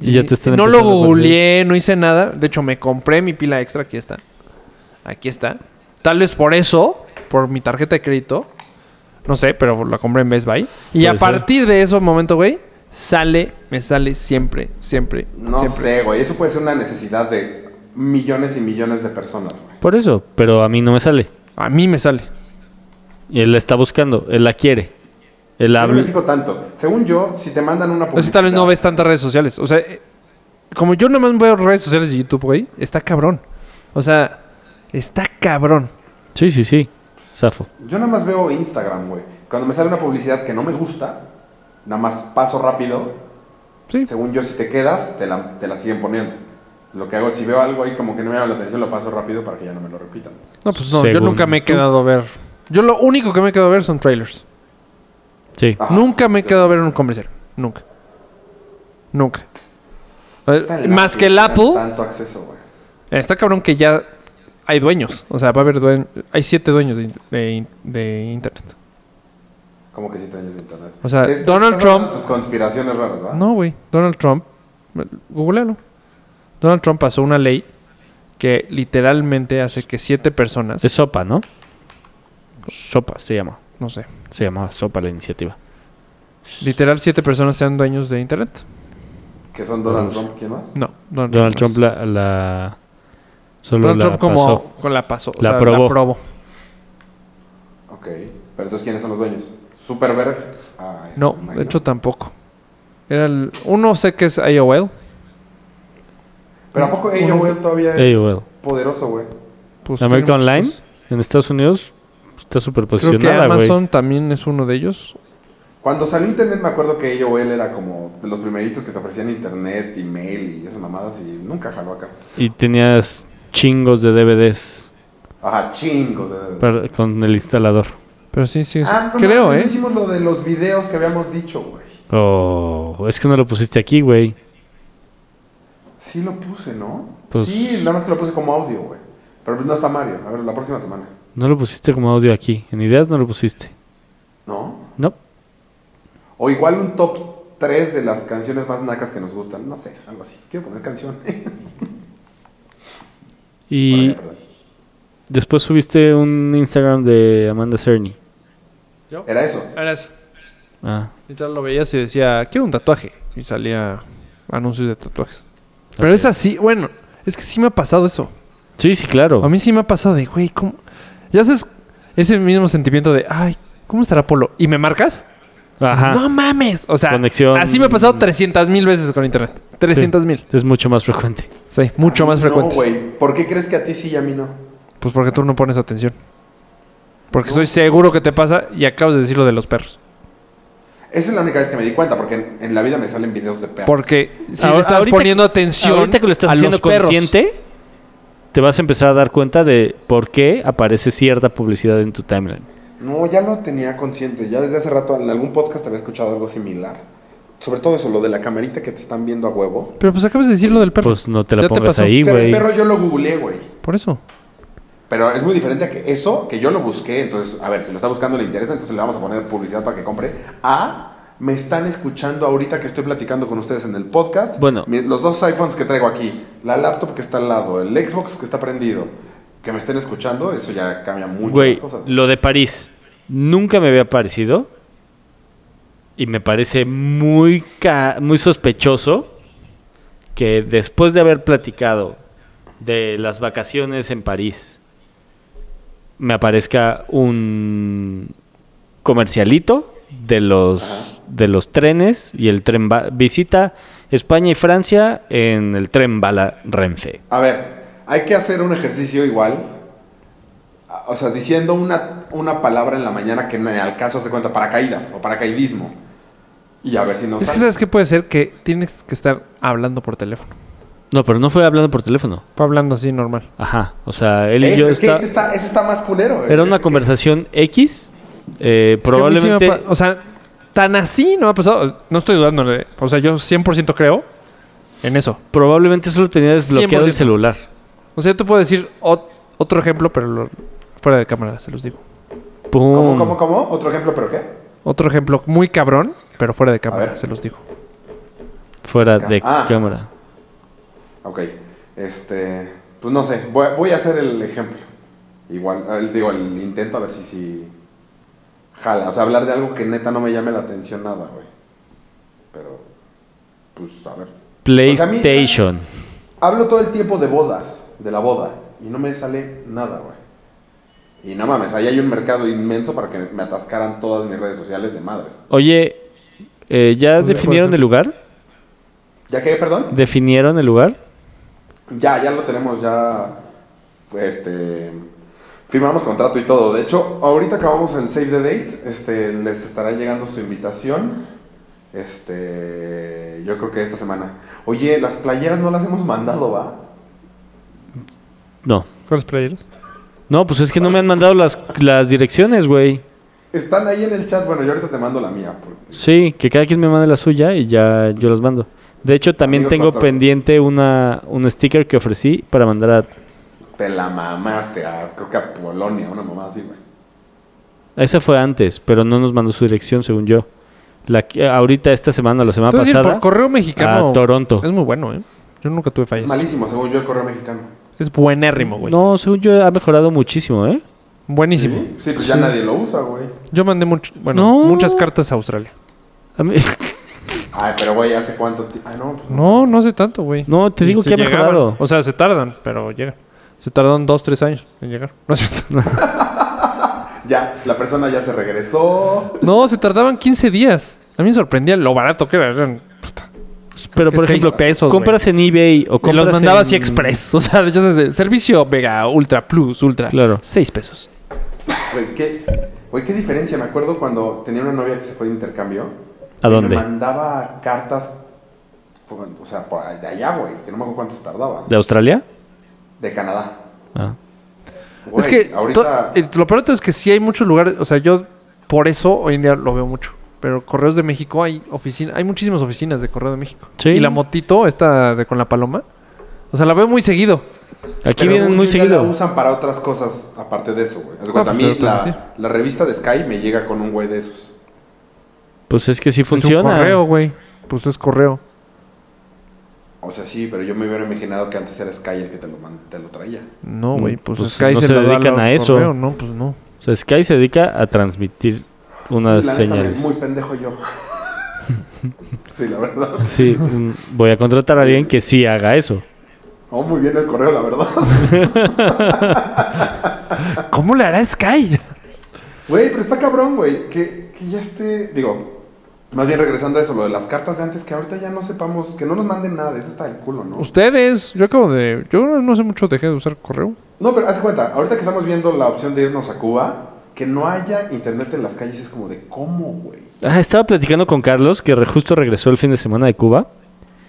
Y ya te están
No lo
empezando a perder.
googleé, no hice nada. De hecho, me compré mi pila extra. Aquí está. Aquí está. Tal vez por eso, por mi tarjeta de crédito. No sé, pero la compré en Best Buy. Y
Puede
a
ser.
partir de ese momento, güey, sale, me sale siempre, siempre,
No
siempre.
sé, güey. Eso puede ser una necesidad de millones y millones de personas, güey.
Por eso, pero a mí no me sale.
A mí me sale.
Y él la está buscando, él la quiere. Él
Yo no me
habla.
fijo tanto. Según yo, si te mandan una
O
publicidad...
sea, tal vez no ves tantas redes sociales. O sea, eh, como yo nomás veo redes sociales y YouTube, güey, está cabrón. O sea, está cabrón.
Sí, sí, sí. Zafo.
Yo nada más veo Instagram, güey. Cuando me sale una publicidad que no me gusta, nada más paso rápido.
Sí.
Según yo, si te quedas, te la, te la siguen poniendo. Lo que hago es, si veo algo ahí como que no me llama la atención, lo paso rápido para que ya no me lo repitan.
No, pues no, yo
Según
nunca me he
tú.
quedado a ver. Yo lo único que me he quedado a ver son trailers.
Sí.
Ajá.
nunca me he quedado a ver un comercial. Nunca. Nunca. Eh,
Está en la
Más que el
tienda,
Apple,
Tanto acceso, güey.
está cabrón que ya hay dueños. O sea, va a haber dueños. Hay siete dueños de, in- de in- de internet.
Como que si traes internet.
O sea,
Es-
Donald
estás hablando
Trump-
de Tus conspiraciones raras, ¿va?
No, güey. Donald Trump. Googlealo. Donald Trump pasó una ley que literalmente hace que siete personas.
Es sopa, ¿no? Sopa se llama.
No sé.
Se llamaba Sopa la iniciativa.
Literal, siete personas sean dueños de internet.
que son Donald Trump, ¿quién más?
No, Donald,
Donald
Trump
Trump la... la- solo
Donald
la
Trump como
pasó.
con la pasó. o
La
sea,
aprobó.
La aprobó.
Ok. Pero entonces, ¿quiénes son los dueños? Superberg. Ah,
No,
Mike,
de hecho tampoco. Era el, uno sé que es AOL.
Pero ¿a poco
uno-
AOL todavía es
AOL.
poderoso, güey?
Pues,
América
tiene muchos
Online
cosas.
en Estados Unidos está súper
pues. Creo que
posicionada, güey.
Amazon también es uno de ellos.
Cuando salió internet me acuerdo que AOL era como de los primeritos que te ofrecían internet, email y esas mamadas y nunca jaló acá.
Y tenías chingos de DVDs
Ajá, chingos. de-
para- con el instalador.
Pero sí, sí. es-
Ah, no,
creo,
mames,
¿eh?
no hicimos lo de los videos que habíamos dicho, güey.
Oh, es que no lo pusiste aquí, güey.
Sí lo puse, ¿no?
Pues-
Sí, nada más que lo puse como audio, güey. Pero pues no está Mario. A ver, la próxima semana.
No lo pusiste como audio aquí. En ideas no lo pusiste.
¿No?
No.
O igual un top 3 de las canciones más nacas que nos gustan. No sé, algo así. Quiero poner canciones.
Y
Por allá, perdón.
después subiste un Instagram de Amanda Cerny.
Era eso.
Era eso.
Ah,
Literal lo veías y decía, quiero un tatuaje. Y salía anuncios de tatuajes. Pero
Ok.
es así, bueno, es que sí me ha pasado eso.
Sí, sí, claro.
A mí sí me ha pasado de, güey, ¿cómo? Ya haces ese mismo sentimiento de, ay, ¿cómo estará Polo? ¿Y me marcas?
Ajá.
No mames. O sea,
Conexión.
así me ha pasado 300 mil veces con internet. 300 mil.
Es mucho más frecuente.
Sí, mucho más frecuente.
No, güey. ¿Por qué crees que a ti sí y a mí no?
Pues porque tú no pones atención. Porque estoy seguro que te pasa y acabas de decir lo de los perros.
Esa es la única vez que me di cuenta, porque en, en la vida me salen videos de perros.
Porque si
Ahora-
le estás
ahorita-
poniendo atención
Ahorita que lo estás
a
haciendo
los perros.
consciente, te vas a empezar a dar cuenta de por qué aparece cierta publicidad en tu timeline.
No, ya lo tenía consciente. Ya desde hace rato en algún podcast había escuchado algo similar. Sobre todo eso, lo de la camarita que te están viendo a huevo.
Pero pues acabas de decir lo del perro.
Pues no te la
Ya
pongas
pasó.
ahí,
Pero el
güey.
perro yo lo googleé, güey.
Por eso.
Pero es muy diferente a que eso, que yo lo busqué. Entonces, a ver, si lo está buscando le interesa, entonces le vamos a poner publicidad para que compre. A, me están escuchando ahorita que estoy platicando con ustedes en el podcast.
Bueno.
Mi- los dos iPhones que traigo aquí, la laptop que está al lado, el Xbox que está prendido, que me estén escuchando, eso ya cambia mucho
Güey,
las cosas.
lo de París nunca me había parecido y me parece muy ca- muy sospechoso que después de haber platicado de las vacaciones en París me aparezca un comercialito de los de los trenes y el tren ba- visita España y Francia en el tren bala Renfe.
A ver, hay que hacer un ejercicio igual. a- O sea, diciendo una, una palabra en la mañana que en el caso se cuenta paracaídas o paracaidismo. Y a ver si nos
Es que
sale.
sabes qué puede ser que tienes que estar hablando por teléfono.
No, pero no fue hablando por teléfono.
Fue hablando así normal.
Ajá, o sea, él y
Es-
yo
es que
está-
ese está, ese está más culero. eh. güey.
Era
Es
una
que-
conversación X. eh,
Este, Es que a mí sí me ha
probablemente.
pa- o sea, tan así no me ha pasado. No estoy dudando. de- O sea, yo 100% creo en eso.
Probablemente solo tenía desbloqueado el
100%.
celular.
O sea, yo te puedo decir ot- otro ejemplo, pero lo- fuera de cámara, se los digo.
Pum.
¿Cómo, cómo, cómo? ¿Otro ejemplo, pero qué?
Otro ejemplo muy cabrón, pero fuera de cámara,
ver.
se los digo.
Fuera de
Ah.
cámara.
Ok. Este. Pues no sé. Voy, voy a hacer el ejemplo. Igual. el- digo, el intento a ver si. si jala. O sea, hablar de algo que neta no me llame la atención nada, güey. Pero. Pues a ver. sea, a mí-
PlayStation.
Hablo todo el tiempo de bodas. De la boda. Y no me sale nada, güey. Y no mames, ahí hay un mercado inmenso para que me atascaran todas mis redes sociales de madres.
Oye, eh, ¿ya
Puede-
definieron
puede ser.
el lugar?
¿Ya qué, perdón?
¿Definieron el lugar?
Ya, ya lo tenemos, ya. Este. Firmamos contrato y todo. De hecho, ahorita acabamos el save the date. Este, les estará llegando su invitación. Este. Yo creo que esta semana. Oye, las playeras no las hemos mandado, ¿va?
No.
¿Cuáles playeros?
No, pues es que no me han mandado las, las direcciones, güey.
Están ahí en el chat. Bueno, yo ahorita te mando la mía. porque-
Sí, que cada quien me mande la suya y ya yo las mando. De hecho, también
Amigos,
tengo
contacto.
pendiente una, un sticker que ofrecí para mandar a
Te la mamaste a, creo que a Polonia, una mamá así, güey.
Esa fue antes, pero no nos mandó su dirección, según yo. La que- eh, ahorita, esta semana, la semana
Te voy a decir,
Ah, pasada.
por correo mexicano.
a Toronto.
Es muy bueno, ¿eh? Yo nunca tuve fallas.
Es malísimo, según yo, el correo mexicano.
Es buenérrimo, güey.
No, según yo ha mejorado muchísimo, ¿eh?
Buenísimo.
Sí, sí, pues ya nadie lo usa, güey.
Yo mandé much- bueno,
No.
muchas cartas a Australia.
A mí- pues,
Ay, pero güey, ¿hace cuánto tiempo? Ah, no, pues no.
No, no hace tanto, güey.
No, te
Y
digo
sí
que ha
llegaban.
mejorado.
O sea, se tardan, pero llegan. Se tardan dos, tres años en llegar. No, es cierto.
Ya, la persona ya se regresó.
No, se tardaban 15 días. A mí me sorprendía lo barato que era. Eran, puta,
Pero,
que
por
seis
ejemplo,
pesos,
compras en eBay o
Me
compras
los mandaba así
en-
express. O sea, yo desde servicio Vega Ultra Plus, Ultra.
Claro.
Seis pesos.
Güey, ¿qué, güey, qué diferencia. Me acuerdo cuando tenía una novia que se fue de intercambio.
¿A
y
dónde?
Me mandaba cartas, por- o sea, por de allá, güey, que no me acuerdo cuánto se tardaba.
¿De Australia?
De Canadá.
Ah.
Güey,
es que
ahorita...
to- eh, lo peor de todo es que sí hay muchos lugares. O sea, yo por eso hoy en día lo veo mucho. Pero Correos de México hay oficina, hay muchísimas oficinas de Correo de México.
Sí.
Y la motito, esta de con la paloma. O sea, la veo muy seguido.
Aquí
pero
vienen
según
muy
yo ya La
seguido.
usan para otras cosas aparte de eso, güey. Haz de
Ah,
cuenta,
pues,
a mí
pero
la,
también
la revista de Sky me llega con un güey de esos.
Pues es que sí
Es un
funciona.
correo, güey. Pues es correo.
O sea, sí, pero yo me hubiera imaginado que antes era Sky el que te lo, man- te lo traía.
No, güey. Pues,
Pues
Sky
no
se,
se
lo da
dedican
al
a eso.
correo, No, pues no.
O sea, Sky se dedica a transmitir unas
la neta,
señales.
muy pendejo yo. sí, la verdad.
Sí, un- voy a contratar a alguien que sí haga eso.
Oh, muy bien el correo, la verdad.
¿Cómo le hará Sky?
Güey, pero está cabrón, güey. Que, que ya esté. Digo, más bien regresando a eso, lo de las cartas de antes, que ahorita ya no sepamos, que no nos manden nada de eso, está del culo, ¿no?
Ustedes, yo acabo de. Yo no sé mucho, dejé de usar correo.
No, pero haz de cuenta, ahorita que estamos viendo la opción de irnos a Cuba, que no haya internet en las calles es como de cómo, güey.
Ah, estaba platicando con Carlos, que re- justo regresó el fin de semana de Cuba,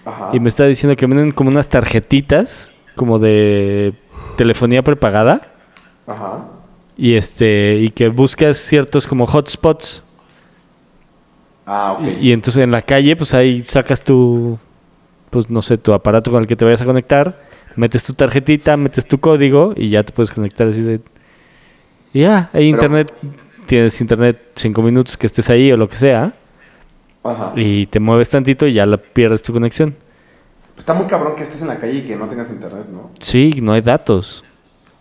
Ajá.
y me está diciendo que venden como unas tarjetitas, como de telefonía prepagada,
Ajá.
y este y que buscas ciertos como hotspots.
Ah, ok.
Y, y entonces en la calle, pues ahí sacas tu, pues no sé, tu aparato con el que te vayas a conectar, metes tu tarjetita, metes tu código y ya te puedes conectar así de... Y ya, hay
Pero-
internet, tienes internet cinco minutos que estés ahí o lo que sea,
Ajá.
y te mueves tantito y ya la pierdes tu conexión.
Está muy cabrón que estés en la calle y que no tengas internet, ¿no?
Sí, no hay datos.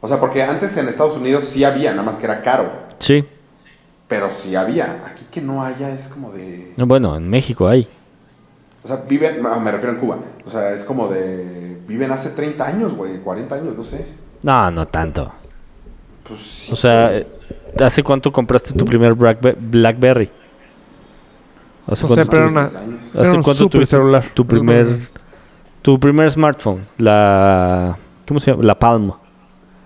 O sea, porque antes en Estados Unidos sí había, nada más que era caro.
Sí.
Pero sí había. Aquí que no haya es como de.
No, bueno, en México hay.
O sea, viven, no, me refiero en Cuba. O sea, es como de. Viven hace 30 años, güey, 40 años, no sé.
No, no tanto.
Pues sí.
O sea, eh, ¿hace cuánto compraste tu primer Blackbe- BlackBerry? ¿Hace
O sea,
cuánto
pero
tuviste?
una-
años.
Era
¿Hace
un
cuánto
super
tuviste
celular.
tu primer tu primer smartphone? La ¿cómo se llama? La Palm.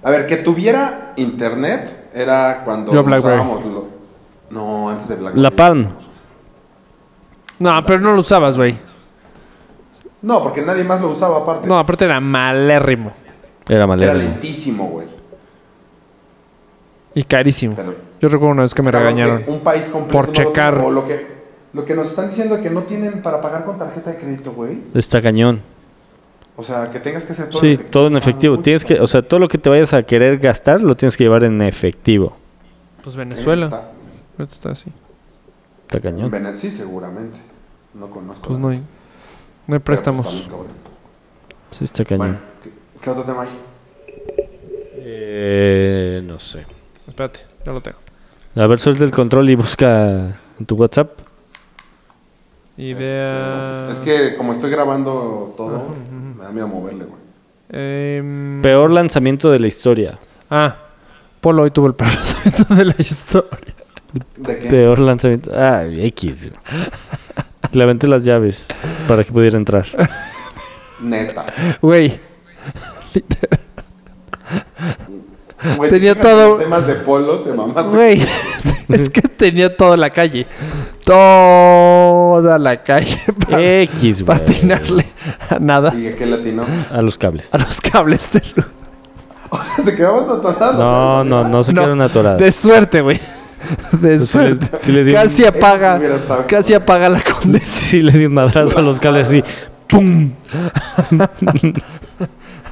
A ver, que tuviera internet era cuando
Yo Blackberry.
usábamos lo- No, antes de Blackberry.
La Palm.
No, pero no lo usabas, güey.
No, porque nadie más lo usaba aparte.
No, aparte era malérrimo.
Era
era
malera.
lentísimo, güey.
Y carísimo.
Pero-
Yo recuerdo una vez que me
Claro,
regañaron.
que Un país completo.
Por
no lo-
checar.
o lo que, lo que nos están diciendo que no tienen para pagar con tarjeta de crédito, güey.
Está cañón.
O sea, que tengas que hacer todo
Sí, todo en
Ah,
efectivo.
uy,
Tienes que, o sea, todo lo que te vayas a querer gastar lo tienes que llevar en efectivo.
Pues
está-
Venezuela. Ahorita está así.
Está
en
cañón.
Vene- sí, seguramente. No conozco.
Pues
la-
no hay, no hay
pero pues
préstamos.
está muy cabrón.
Sí, está cañón.
Bueno, ¿qué, qué otro tema hay?
Eh, no sé.
Espérate, ya lo tengo.
A ver, suelta el control y busca en tu WhatsApp.
este, Idea.
Es que como estoy grabando todo, me da miedo moverle, güey.
Em,
Peor lanzamiento de la historia.
Ah, Polo hoy tuvo el peor lanzamiento de la historia.
¿De qué?
Peor lanzamiento. Ah, X. güey. Le aventé las llaves para que pudiera entrar.
Neta.
Güey,
Güey,
Tenía
fíjate los
todo-
Temas de polo, te mamaste.
güey. es que tenía toda la calle. Toda la calle para
Eh, X, güey.
patinarle a nada.
¿Y a qué latino?
A los cables.
A los cables de luz.
O sea, se quedaban atorados.
No, no, no se
No,
quedaron atoradas.
De suerte, güey. De
Pues sí les-
suerte.
sí les di un-
casi apaga.
Eso eh, hubiera estado
Casi
cabrón.
apaga la condesa.
Sí, le di un madrazo a los cables así. ¡Pum!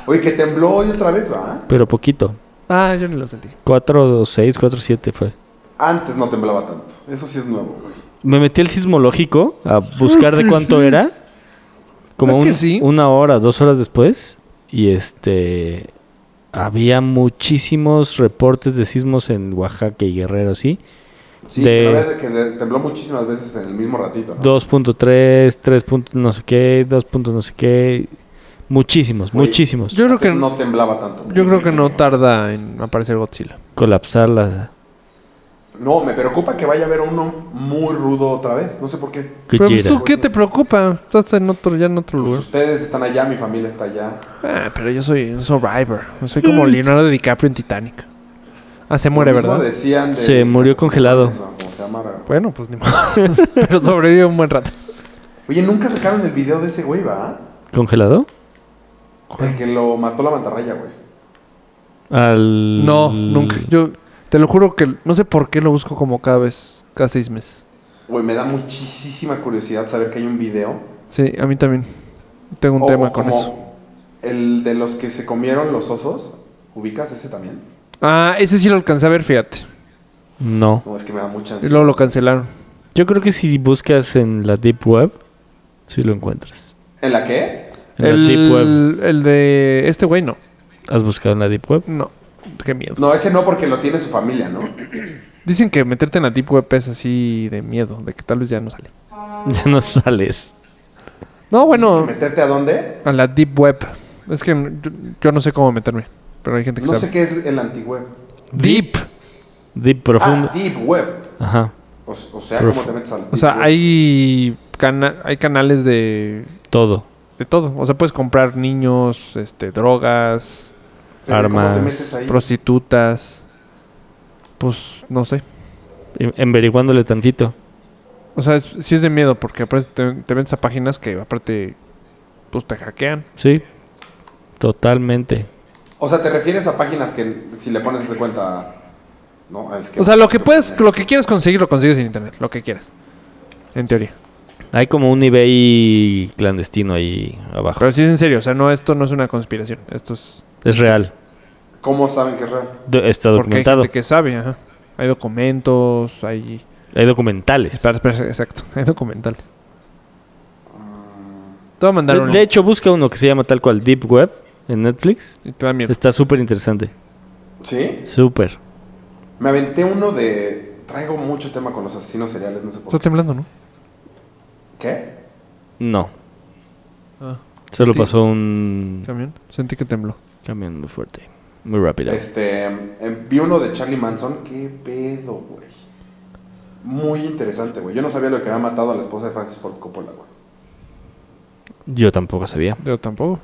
Oye, que tembló hoy otra vez, ¿va?
Pero poquito.
Ah, yo ni lo sentí.
Pues 4, 6, 4, 7 fue.
Antes no temblaba tanto. Eso sí es nuevo, güey.
Me metí al sismológico a buscar de cuánto era. Como
¿Verdad que
un-
sí?
una hora, dos horas después. Y este. Había muchísimos reportes de sismos en Oaxaca y Guerrero, sí.
Sí,
de-
pero ves que de- tembló muchísimas veces en el mismo ratito, ¿no?
2.3, 3. punto no sé qué, 2. punto no sé qué. Muchísimos,
Oye,
muchísimos.
Yo creo que
No temblaba tanto.
yo creo que no tarda en aparecer Godzilla.
Colapsar las.
No, me preocupa que vaya a haber uno muy rudo otra vez. No sé por qué.
Pero pues,
Gojira.
tú qué te preocupa? Estás en otro, ya en otro lugar.
Pues Ustedes están allá, mi familia está allá.
Ah, pero yo soy un survivor. Yo soy como Leonardo DiCaprio en Titanic. Ah, se muere,
Lo mismo
¿verdad?
decían de-
Se murió congelado.
Eso, como se llamara.
Bueno, pues ni modo. pero sobrevive un buen rato.
Oye, nunca sacaron el video de ese güey, ¿va?
¿Congelado?
El que lo mató la mantarraya, güey.
Al...
No, nunca. Yo te lo juro que no sé por qué lo busco como cada vez, cada seis meses.
Güey, me da muchísima curiosidad saber que hay un video.
Sí, a mí también. Tengo un
O-
tema
o
con
como
eso.
El de los que se comieron los osos. ¿Ubicas ese también?
Ah, ese sí lo alcancé a ver, fíjate.
No.
No, es que me da mucha
Y
ansiedad.
luego lo cancelaron.
Yo creo que si buscas en la Deep Web, sí lo encuentras.
¿En la qué?
En la Deep Web.
El, el de este güey, no.
¿Has buscado en la Deep Web?
No, qué miedo.
No, ese no porque lo tiene su familia, ¿no?
Dicen que meterte en la Deep Web es así de miedo, de que tal vez ya no sale.
Ya no sales.
No, bueno,
¿Meterte a dónde?
a la Deep Web. Es que yo, yo no sé cómo meterme, pero hay gente que
No sé
sabe.
qué es el antiweb.
Deep.
Deep profundo.
Ah, Deep Web.
Ajá.
O, o sea,
Prof.
¿cómo te metes al
O
Deep
sea,
Web?
hay, cana- hay canales de,
Todo.
de todo. O sea, puedes comprar niños, este, drogas,
Pero ¿Cómo
armas,
te metes ahí?
prostitutas. Pues no sé.
En- Enveriguándole tantito.
O sea, es- sí es de miedo porque aparte te, te metes a páginas que aparte pues te hackean.
Sí. Totalmente.
O sea, ¿te refieres a páginas que si le pones esa cuenta... No, es que...
O sea, lo que puedes, lo que quieras conseguir lo consigues en internet, lo que quieras. En teoría.
Hay como un eBay clandestino ahí abajo.
Pero sí es en serio, o sea, no esto no es una conspiración, esto es
Es real.
¿Cómo saben que es real?
Do- Está
porque hay
documentado.
gente que sabe, ajá. Hay documentos, hay
Hay documentales.
Espera, espera, exacto, hay documentales. Te voy a mandar
De,
un
de
link
hecho, busca uno que se llama tal cual Deep Web en Netflix.
y te da miedo.
Está súper interesante.
¿Sí?
Súper.
Me aventé uno de... Traigo mucho tema con los asesinos seriales, no sé por
Estás
qué.
temblando, ¿no?
¿Qué?
No.
Ah,
Solo
Sí.
pasó un
camión. Sentí que tembló.
camión muy fuerte. Muy rápido.
Este, em, vi uno de Charlie Manson. ¿Qué pedo, güey? Muy interesante, güey. Yo no sabía lo que había matado a la esposa de Francis Ford Coppola, güey.
Yo tampoco sabía.
Yo tampoco.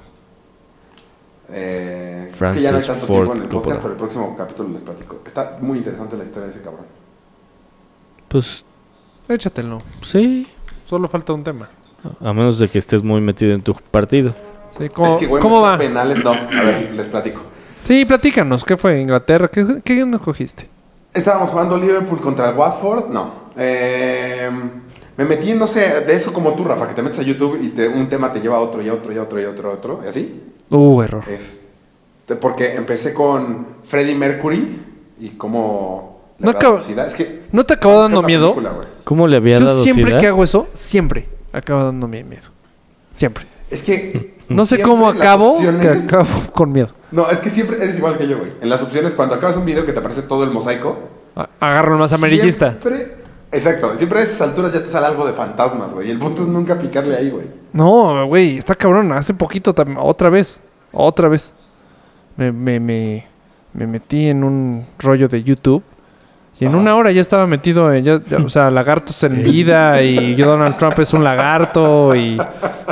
Eh, creo que
Francis
ya no hay tanto
Ford
tiempo en el
Coppola.
podcast, pero el próximo capítulo les platico. Está muy interesante la historia de ese cabrón.
Pues
Échatelo.
sí.
Solo falta un tema.
A menos de que estés muy metido en tu partido.
Sí, ¿cómo,
es que, güey,
¿cómo
meter
va?
penales, no. A ver, les platico.
Sí, platícanos. ¿Qué fue Inglaterra? ¿Qué, qué nos cogiste?
Estábamos jugando Liverpool contra el Watford, no. Eh, me metí, en, no sé, de eso como tú, Rafa, que te metes a YouTube y te- un tema te lleva a otro y a otro y a otro y a otro, y a otro, y así.
Uh, error.
Este, porque empecé con Freddie Mercury y cómo... le
No
da
acabo-
velocidad. Es que...
¿No te acabó dando
la
miedo?
película, güey.
¿Cómo le había
Yo
dado
siempre
sida?
que hago eso, siempre acaba dándome miedo. Siempre.
es que...
No sé
siempre
cómo
las
acabo, que
opciones-
acabo con miedo.
No, es que siempre eres igual que yo, güey. En las opciones, cuando acabas un video que te aparece todo el mosaico...
A- Agarro el más amarillista.
Siempre... Exacto, siempre a esas alturas ya te sale algo de fantasmas, güey. Y el punto es nunca picarle ahí, güey.
No, güey, está cabrón. Hace poquito, tam- otra vez, otra vez. Me, me, me, me metí en un rollo de YouTube. Y en
Ajá.
una hora ya estaba metido en, ya- ya, o sea, lagartos en vida y yo Donald Trump es un lagarto y,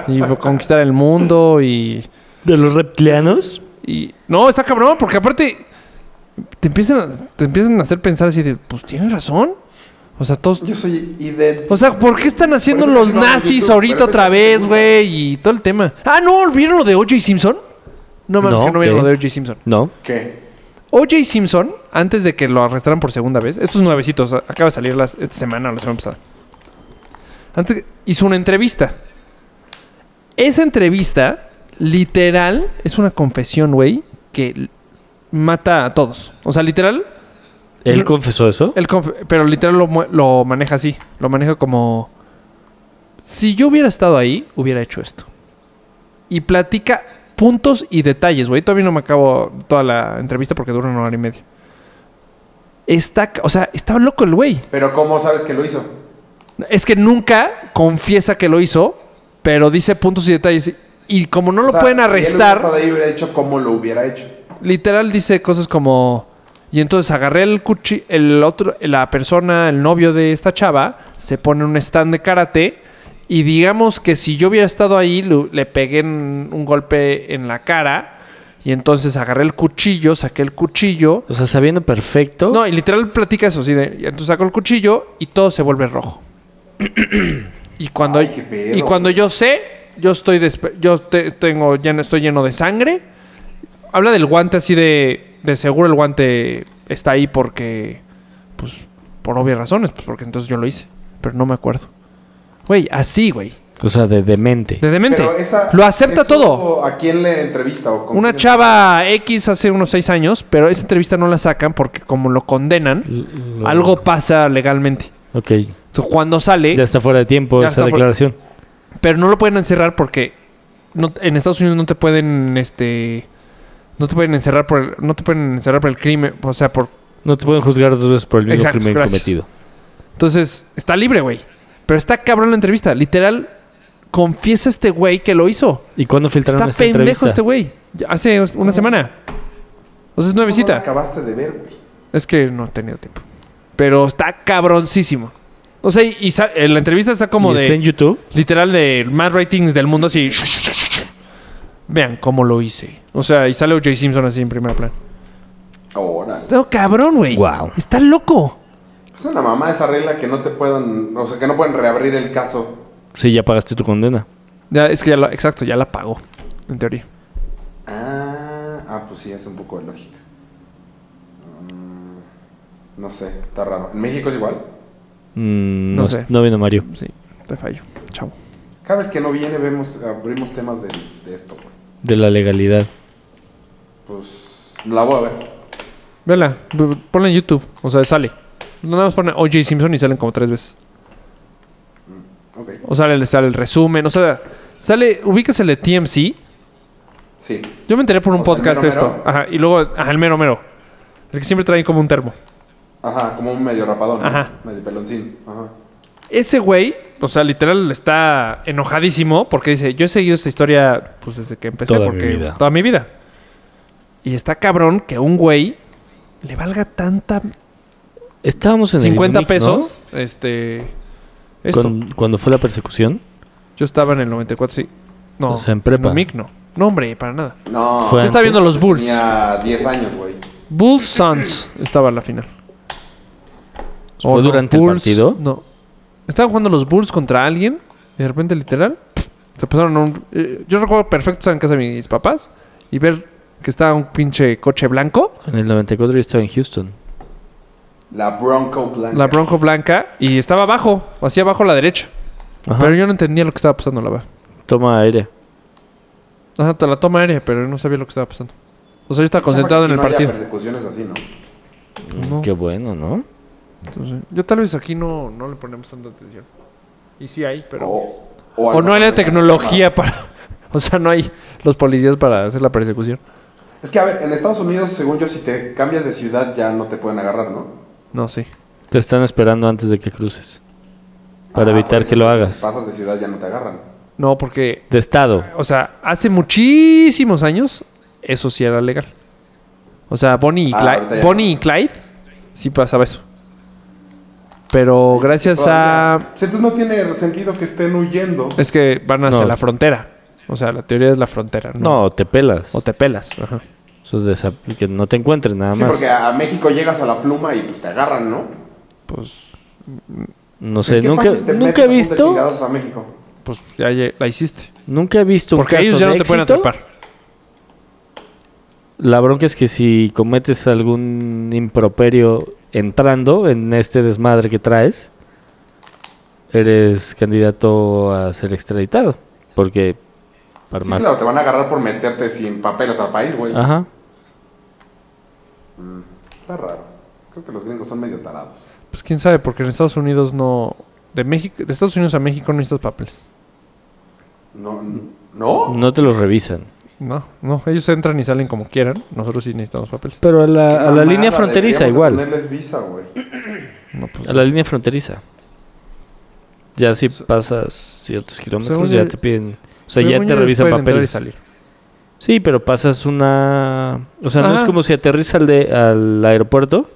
y conquistar el mundo y,
¿De los reptilianos?
y... No, está cabrón, porque aparte te empiezan, a- te empiezan a hacer pensar así de, pues tienen razón. O sea, todos,
Yo soy idéntico.
o sea, ¿por qué están haciendo
Por eso
los
casi no hablo de
nazis
YouTube,
ahorita
pero eso
otra
es
vez,
una-
güey? Y todo el tema. Ah, no, ¿vieron lo de OJ Simpson? No mames,
No,
que no vieron
¿qué?
lo de OJ Simpson.
No.
¿Qué?
OJ Simpson, antes de que lo arrestaran por segunda vez, estos nuevecitos, a- acaba de salir las- esta semana o la semana pasada. Antes que- hizo una entrevista. Esa entrevista, literal, es una confesión, güey, que l- mata a todos. O sea, literal,
¿Él
No.
confesó eso?
el conf- pero literal lo, mu- lo maneja así. Lo maneja como... Si yo hubiera estado ahí, hubiera hecho esto. Y platica puntos y detalles, güey. Todavía no me acabo toda la entrevista porque dura una hora y media. Está, o sea, estaba loco el güey.
Pero ¿cómo sabes que lo hizo?
Es que nunca confiesa que lo hizo, pero dice puntos y detalles. Y como no lo
O sea,
pueden
si él hubiera
arrestar,
estado ahí, hubiera hecho como lo hubiera hecho.
literal dice cosas como... Y entonces agarré el cuchillo, el otro, la persona, el novio de esta chava, se pone en un stand de karate y digamos que si yo hubiera estado ahí, lo- le pegué en- un golpe en la cara y entonces agarré el cuchillo, saqué el cuchillo.
O sea, sabiendo perfecto.
No, y literal platica eso, sí, de, y entonces saco el cuchillo y todo se vuelve rojo. y cuando,
Ay, qué pedo,
y cuando
güey.
yo sé, yo estoy despe- yo te- tengo lleno, estoy lleno de sangre. Habla del guante así de de seguro el guante está ahí porque pues por obvias razones, pues porque entonces yo lo hice, pero no me acuerdo. Güey, así, güey.
O sea, de demente.
De demente.
Pero esa-
lo acepta
eso,
todo.
¿A quién le entrevista? O con
Una
quién?
chava X hace unos seis años, pero esa entrevista no la sacan porque como lo condenan,
Lo-
algo pasa legalmente.
Ok.
Entonces, cuando sale,
Ya está fuera de tiempo
Ya
esa
está fuera-
declaración.
pero no lo pueden encerrar porque no- en Estados Unidos no te pueden, este, no te pueden encerrar por el, no te pueden encerrar por el crimen, o sea, por,
No te pueden juzgar dos veces por el mismo
Exacto,
crimen
gracias.
cometido.
entonces está libre, güey. Pero está cabrón la entrevista, literal, confiesa este güey que lo hizo.
¿Y cuándo filtraron
Está
esta entrevista?
pendejo este güey. Ya Hace una semana. O sea, es una
¿Cómo la
visita.
acabaste de ver, güey?
Es que no he tenido tiempo. Pero está cabroncísimo. O sea, y, y sa- en la entrevista está como
¿Y
de.
está en YouTube?
Literal de más ratings del mundo así. Vean cómo lo hice. O sea, y sale O.J. Simpson así en primer plan.
Órale.
No, cabrón, güey.
Guau.
Está loco.
Es una mamá esa regla que no te puedan, o sea, que no pueden reabrir el caso.
Sí, ya pagaste tu condena.
Ya, es que ya lo, exacto, ya la pagó. En teoría.
Ah, ah, pues sí, es un poco de lógica. Mm, No sé, está raro. ¿En México es igual?
Mm,
No
no
sé.
sé. No vino Mario.
Sí, te fallo. Chavo.
Cada vez que no viene, vemos, abrimos temas de, de esto, güey.
De la legalidad.
Pues la voy a ver.
Vela, b- ponla en YouTube. O sea, sale. Nada más pone O.J. Simpson y salen como tres veces.
Ok,
O sale, sale el resumen. O sea, sale. Ubícase el de TMC.
sí.
Yo me enteré por un
O sea, el
podcast
mero
de esto.
mero.
Ajá, y luego, ajá, el mero mero. El que siempre trae como un termo.
Ajá, como un medio rapadón. ¿no?
Ajá.
Medio peloncín. Ajá.
Ese güey, o sea, literal está enojadísimo porque dice, yo he seguido esta historia pues desde que empecé,
Toda mi
porque
vida.
toda mi vida. Y está cabrón que un güey le valga tanta
Estábamos en el
50
Unic, ¿no?
pesos este esto.
Con- cuando fue la persecución.
Yo estaba en el 94, sí. No,
O sea, en prepa.
Umic no. No, hombre, para nada.
No,
Fue
Yo estaba viendo los Bulls.
tenía 10 años, güey.
Bulls Suns estaba la final.
¿Fue
O no,
durante el
Bulls-
partido?
No. Estaban jugando los Bulls contra alguien. Y de repente, literal, se pasaron a un... eh, yo recuerdo perfecto estar en casa de mis papás y ver que estaba un pinche coche blanco,
En el 94 yo estaba en Houston.
La Bronco Blanca.
la Bronco blanca, y estaba abajo, hacia abajo a la derecha.
Ajá.
Pero yo no entendía lo que estaba pasando, la verdad.
Toma aire.
Ajá, te la toma aérea, pero yo no sabía lo que estaba pasando. O sea, yo estaba
Chava,
concentrado
que
en el
no haya
partido.
persecuciones así, ¿no?
No.
Qué bueno, ¿no?
Entonces, yo tal vez aquí no, no le ponemos tanta atención. Y sí hay, pero...
O,
O no hay la
la
tecnología para. O sea, no hay los policías para hacer la persecución.
Es que, a ver, en Estados Unidos, según yo, si te cambias de ciudad ya no te pueden agarrar, ¿no?
No, sí.
Te están esperando antes de que cruces. Para
Ah, por
evitar
eso,
que lo
porque
hagas.
Si pasas de ciudad ya no te agarran.
No, porque.
De estado.
O sea, hace muchísimos años eso sí era legal. O sea, Bonnie y
Ah,
Clyde,
ahorita ya
Bonnie y Clyde sí pasaba eso. Pero gracias a.
Todavía- Sí, Entonces no tiene sentido que estén huyendo.
Es que van hacia
No.
la frontera. O sea, la teoría es la frontera, ¿no?
No, te pelas.
O te pelas. Ajá.
Eso es desa- que no te encuentren nada
Sí,
más.
porque a a México llegas a la pluma y pues te agarran, ¿no?
Pues,
No
¿En
sé,
qué
Eh, nunca,
país te metes
nunca he
a punta de
visto,
chingadazos a México?
pues ya lle- la hiciste.
nunca he visto un
Porque
caso
ellos ya
de
no te pueden
éxito.
atrapar.
La bronca es que si cometes algún improperio entrando en este desmadre que traes, eres candidato a ser extraditado. Porque para
Sí,
más-
claro, te van a agarrar por meterte sin papeles al país, güey.
Ajá.
Está raro. Creo que los gringos son medio tarados.
Pues quién sabe, porque en Estados Unidos no. De México, de Estados Unidos a México no necesitas papeles.
No, n- ¿No?
No te los revisan.
No, no, ellos entran y salen como quieran. Nosotros sí necesitamos papeles.
Pero a la, a la
Mamada,
línea fronteriza
deberíamos
igual.
de ponerles visa, güey.
No, pues,
A la línea fronteriza. Ya si pasas ciertos kilómetros,
según
ya
yo-
te piden. O sea,
según
ya
yo,
te
ellos
revisan
pueden entrar y
papeles.
salir.
Sí, pero pasas una. O sea, no es
Ajá.
como si aterriza al, de- al aeropuerto.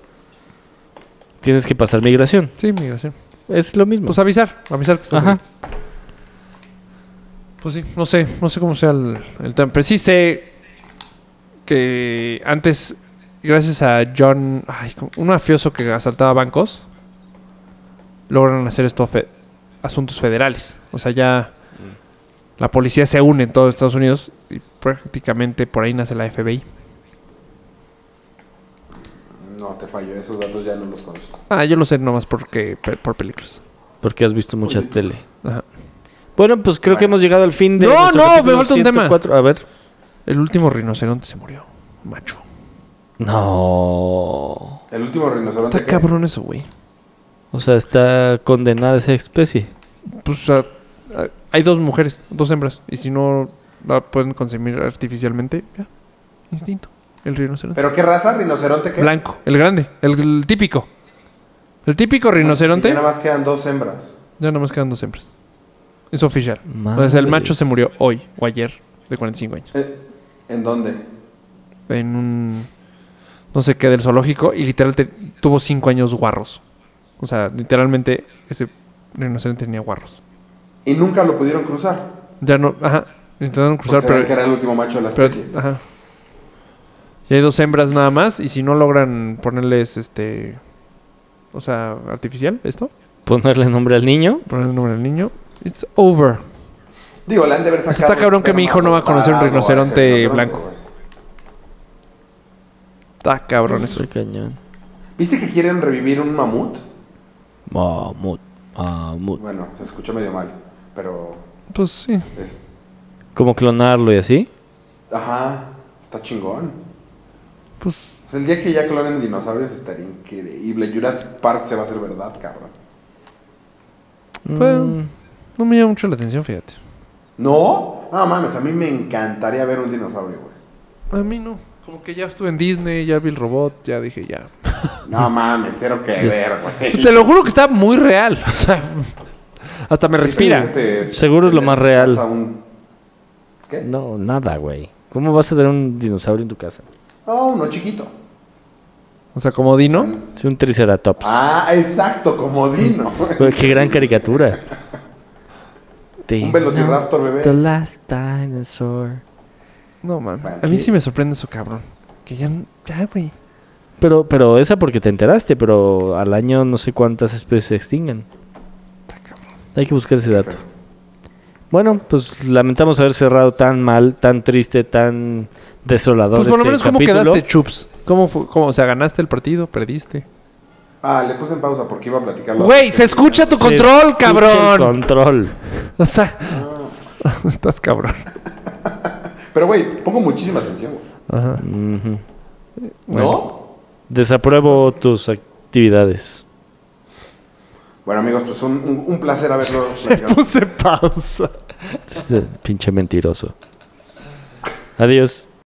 Tienes que pasar migración.
Sí, migración.
Es lo mismo.
Pues avisar, avisar que estás
Ajá.
ahí. Pues sí, no sé, no sé cómo sea el, el tema. Pero sí sé que antes, gracias a John, ay, ¿cómo? un mafioso que asaltaba bancos, logran hacer esto fe- asuntos federales. O sea, ya la policía se une en todo Estados Unidos y prácticamente por ahí nace la FBI.
No, te fallo, esos datos ya no los conozco.
Ah, yo lo sé nomás porque, pe- por películas.
Porque has visto mucha tele.
Ajá.
Bueno, pues creo que hemos llegado al fin de.
No,
nuestro
no, me
capítulo
falta un tema.
104. A ver.
El último rinoceronte se murió, macho.
No.
El último rinoceronte.
Está
que-
cabrón eso, güey.
O sea, está condenada esa especie.
Pues o sea, ah, hay dos mujeres, dos hembras. Y si no la pueden consumir artificialmente, ya. Instinto. El rinoceronte.
¿Pero qué raza? ¿Rinoceronte qué?
Blanco, el grande, el, el típico. El típico
Y
rinoceronte.
ya nada más quedan dos hembras.
Ya nada más quedan dos hembras. Es oficial.
Madres.
O sea, el macho se murió hoy o ayer, de 45 años.
Eh, ¿En dónde?
En un. No sé qué del zoológico. Y literal te- tuvo 5 años guarros. O sea, literalmente ese rinoceronte tenía guarros.
Y nunca lo pudieron cruzar.
Ya no. Ajá. Intentaron
Porque
cruzar,
sabían
Pues pero.
que era el último macho de la
Pero,
especie.
ajá. Y hay dos hembras nada más. Y si no logran ponerles este. O sea, artificial, esto.
Ponerle nombre al niño.
Poner el nombre del niño. It's over.
Digo, le han de haber sacado.
pues está cabrón que mi hijo no va a conocer un
esperma
rinoceronte
parado a ese
blanco.
güey.
Está cabrón eso.
Estoy cañón.
¿Viste que quieren revivir un mamut?
Mamut. Mamut.
Bueno, se escuchó medio mal. Pero.
Pues sí.
es-
Como clonarlo y así.
Ajá, está chingón.
Pues.
O sea, el día que ya clonen dinosaurios estaría increíble. Jurassic Park se va a hacer verdad, cabrón.
Bueno.
Mm.
No me llama mucho la atención, fíjate.
¿No? No mames, a mí me encantaría ver un dinosaurio, güey.
A mí no. Como que ya estuve en Disney, ya vi el robot, ya dije ya.
No mames, cero que ver, güey.
Te lo juro que está muy real. O sea. Hasta me respira.
Te-
Seguro es
te
lo más
pasa
real.
un- ¿Qué?
No, nada, güey. ¿Cómo vas a tener un dinosaurio en tu casa?
No, Oh, uno chiquito.
O sea, como Dino.
Sí, un triceratops.
Ah, exacto, como Dino.
Güey, qué gran caricatura.
Un velociraptor, bebé.
The last dinosaur.
No mames.
Bueno,
A mí
sí.
sí me sorprende eso, cabrón. Que ya. Ya, güey.
Pero, pero esa porque te enteraste, pero al año no sé cuántas especies se extinguen. Hay que buscar ese dato. Bueno, pues lamentamos haber cerrado tan mal, tan triste, tan desolador.
Pues por lo
este
menos, ¿cómo
capítulo.
quedaste, Chups? ¿Cómo fue? ¿Cómo? O sea, ¿ganaste el partido? ¿Perdiste?
Ah, le puse en pausa porque iba a platicar. la-
Güey, se escucha tu
Se
control,
escucha el
cabrón.
Control.
O sea, estás cabrón.
Pero, güey, pongo muchísima atención, güey.
Ajá.
Ujú.
¿No?
Desapruebo tus actividades.
Bueno, amigos, pues un, un- un placer haberlo platicado.
Puse pausa.
Este pinche mentiroso. Adiós.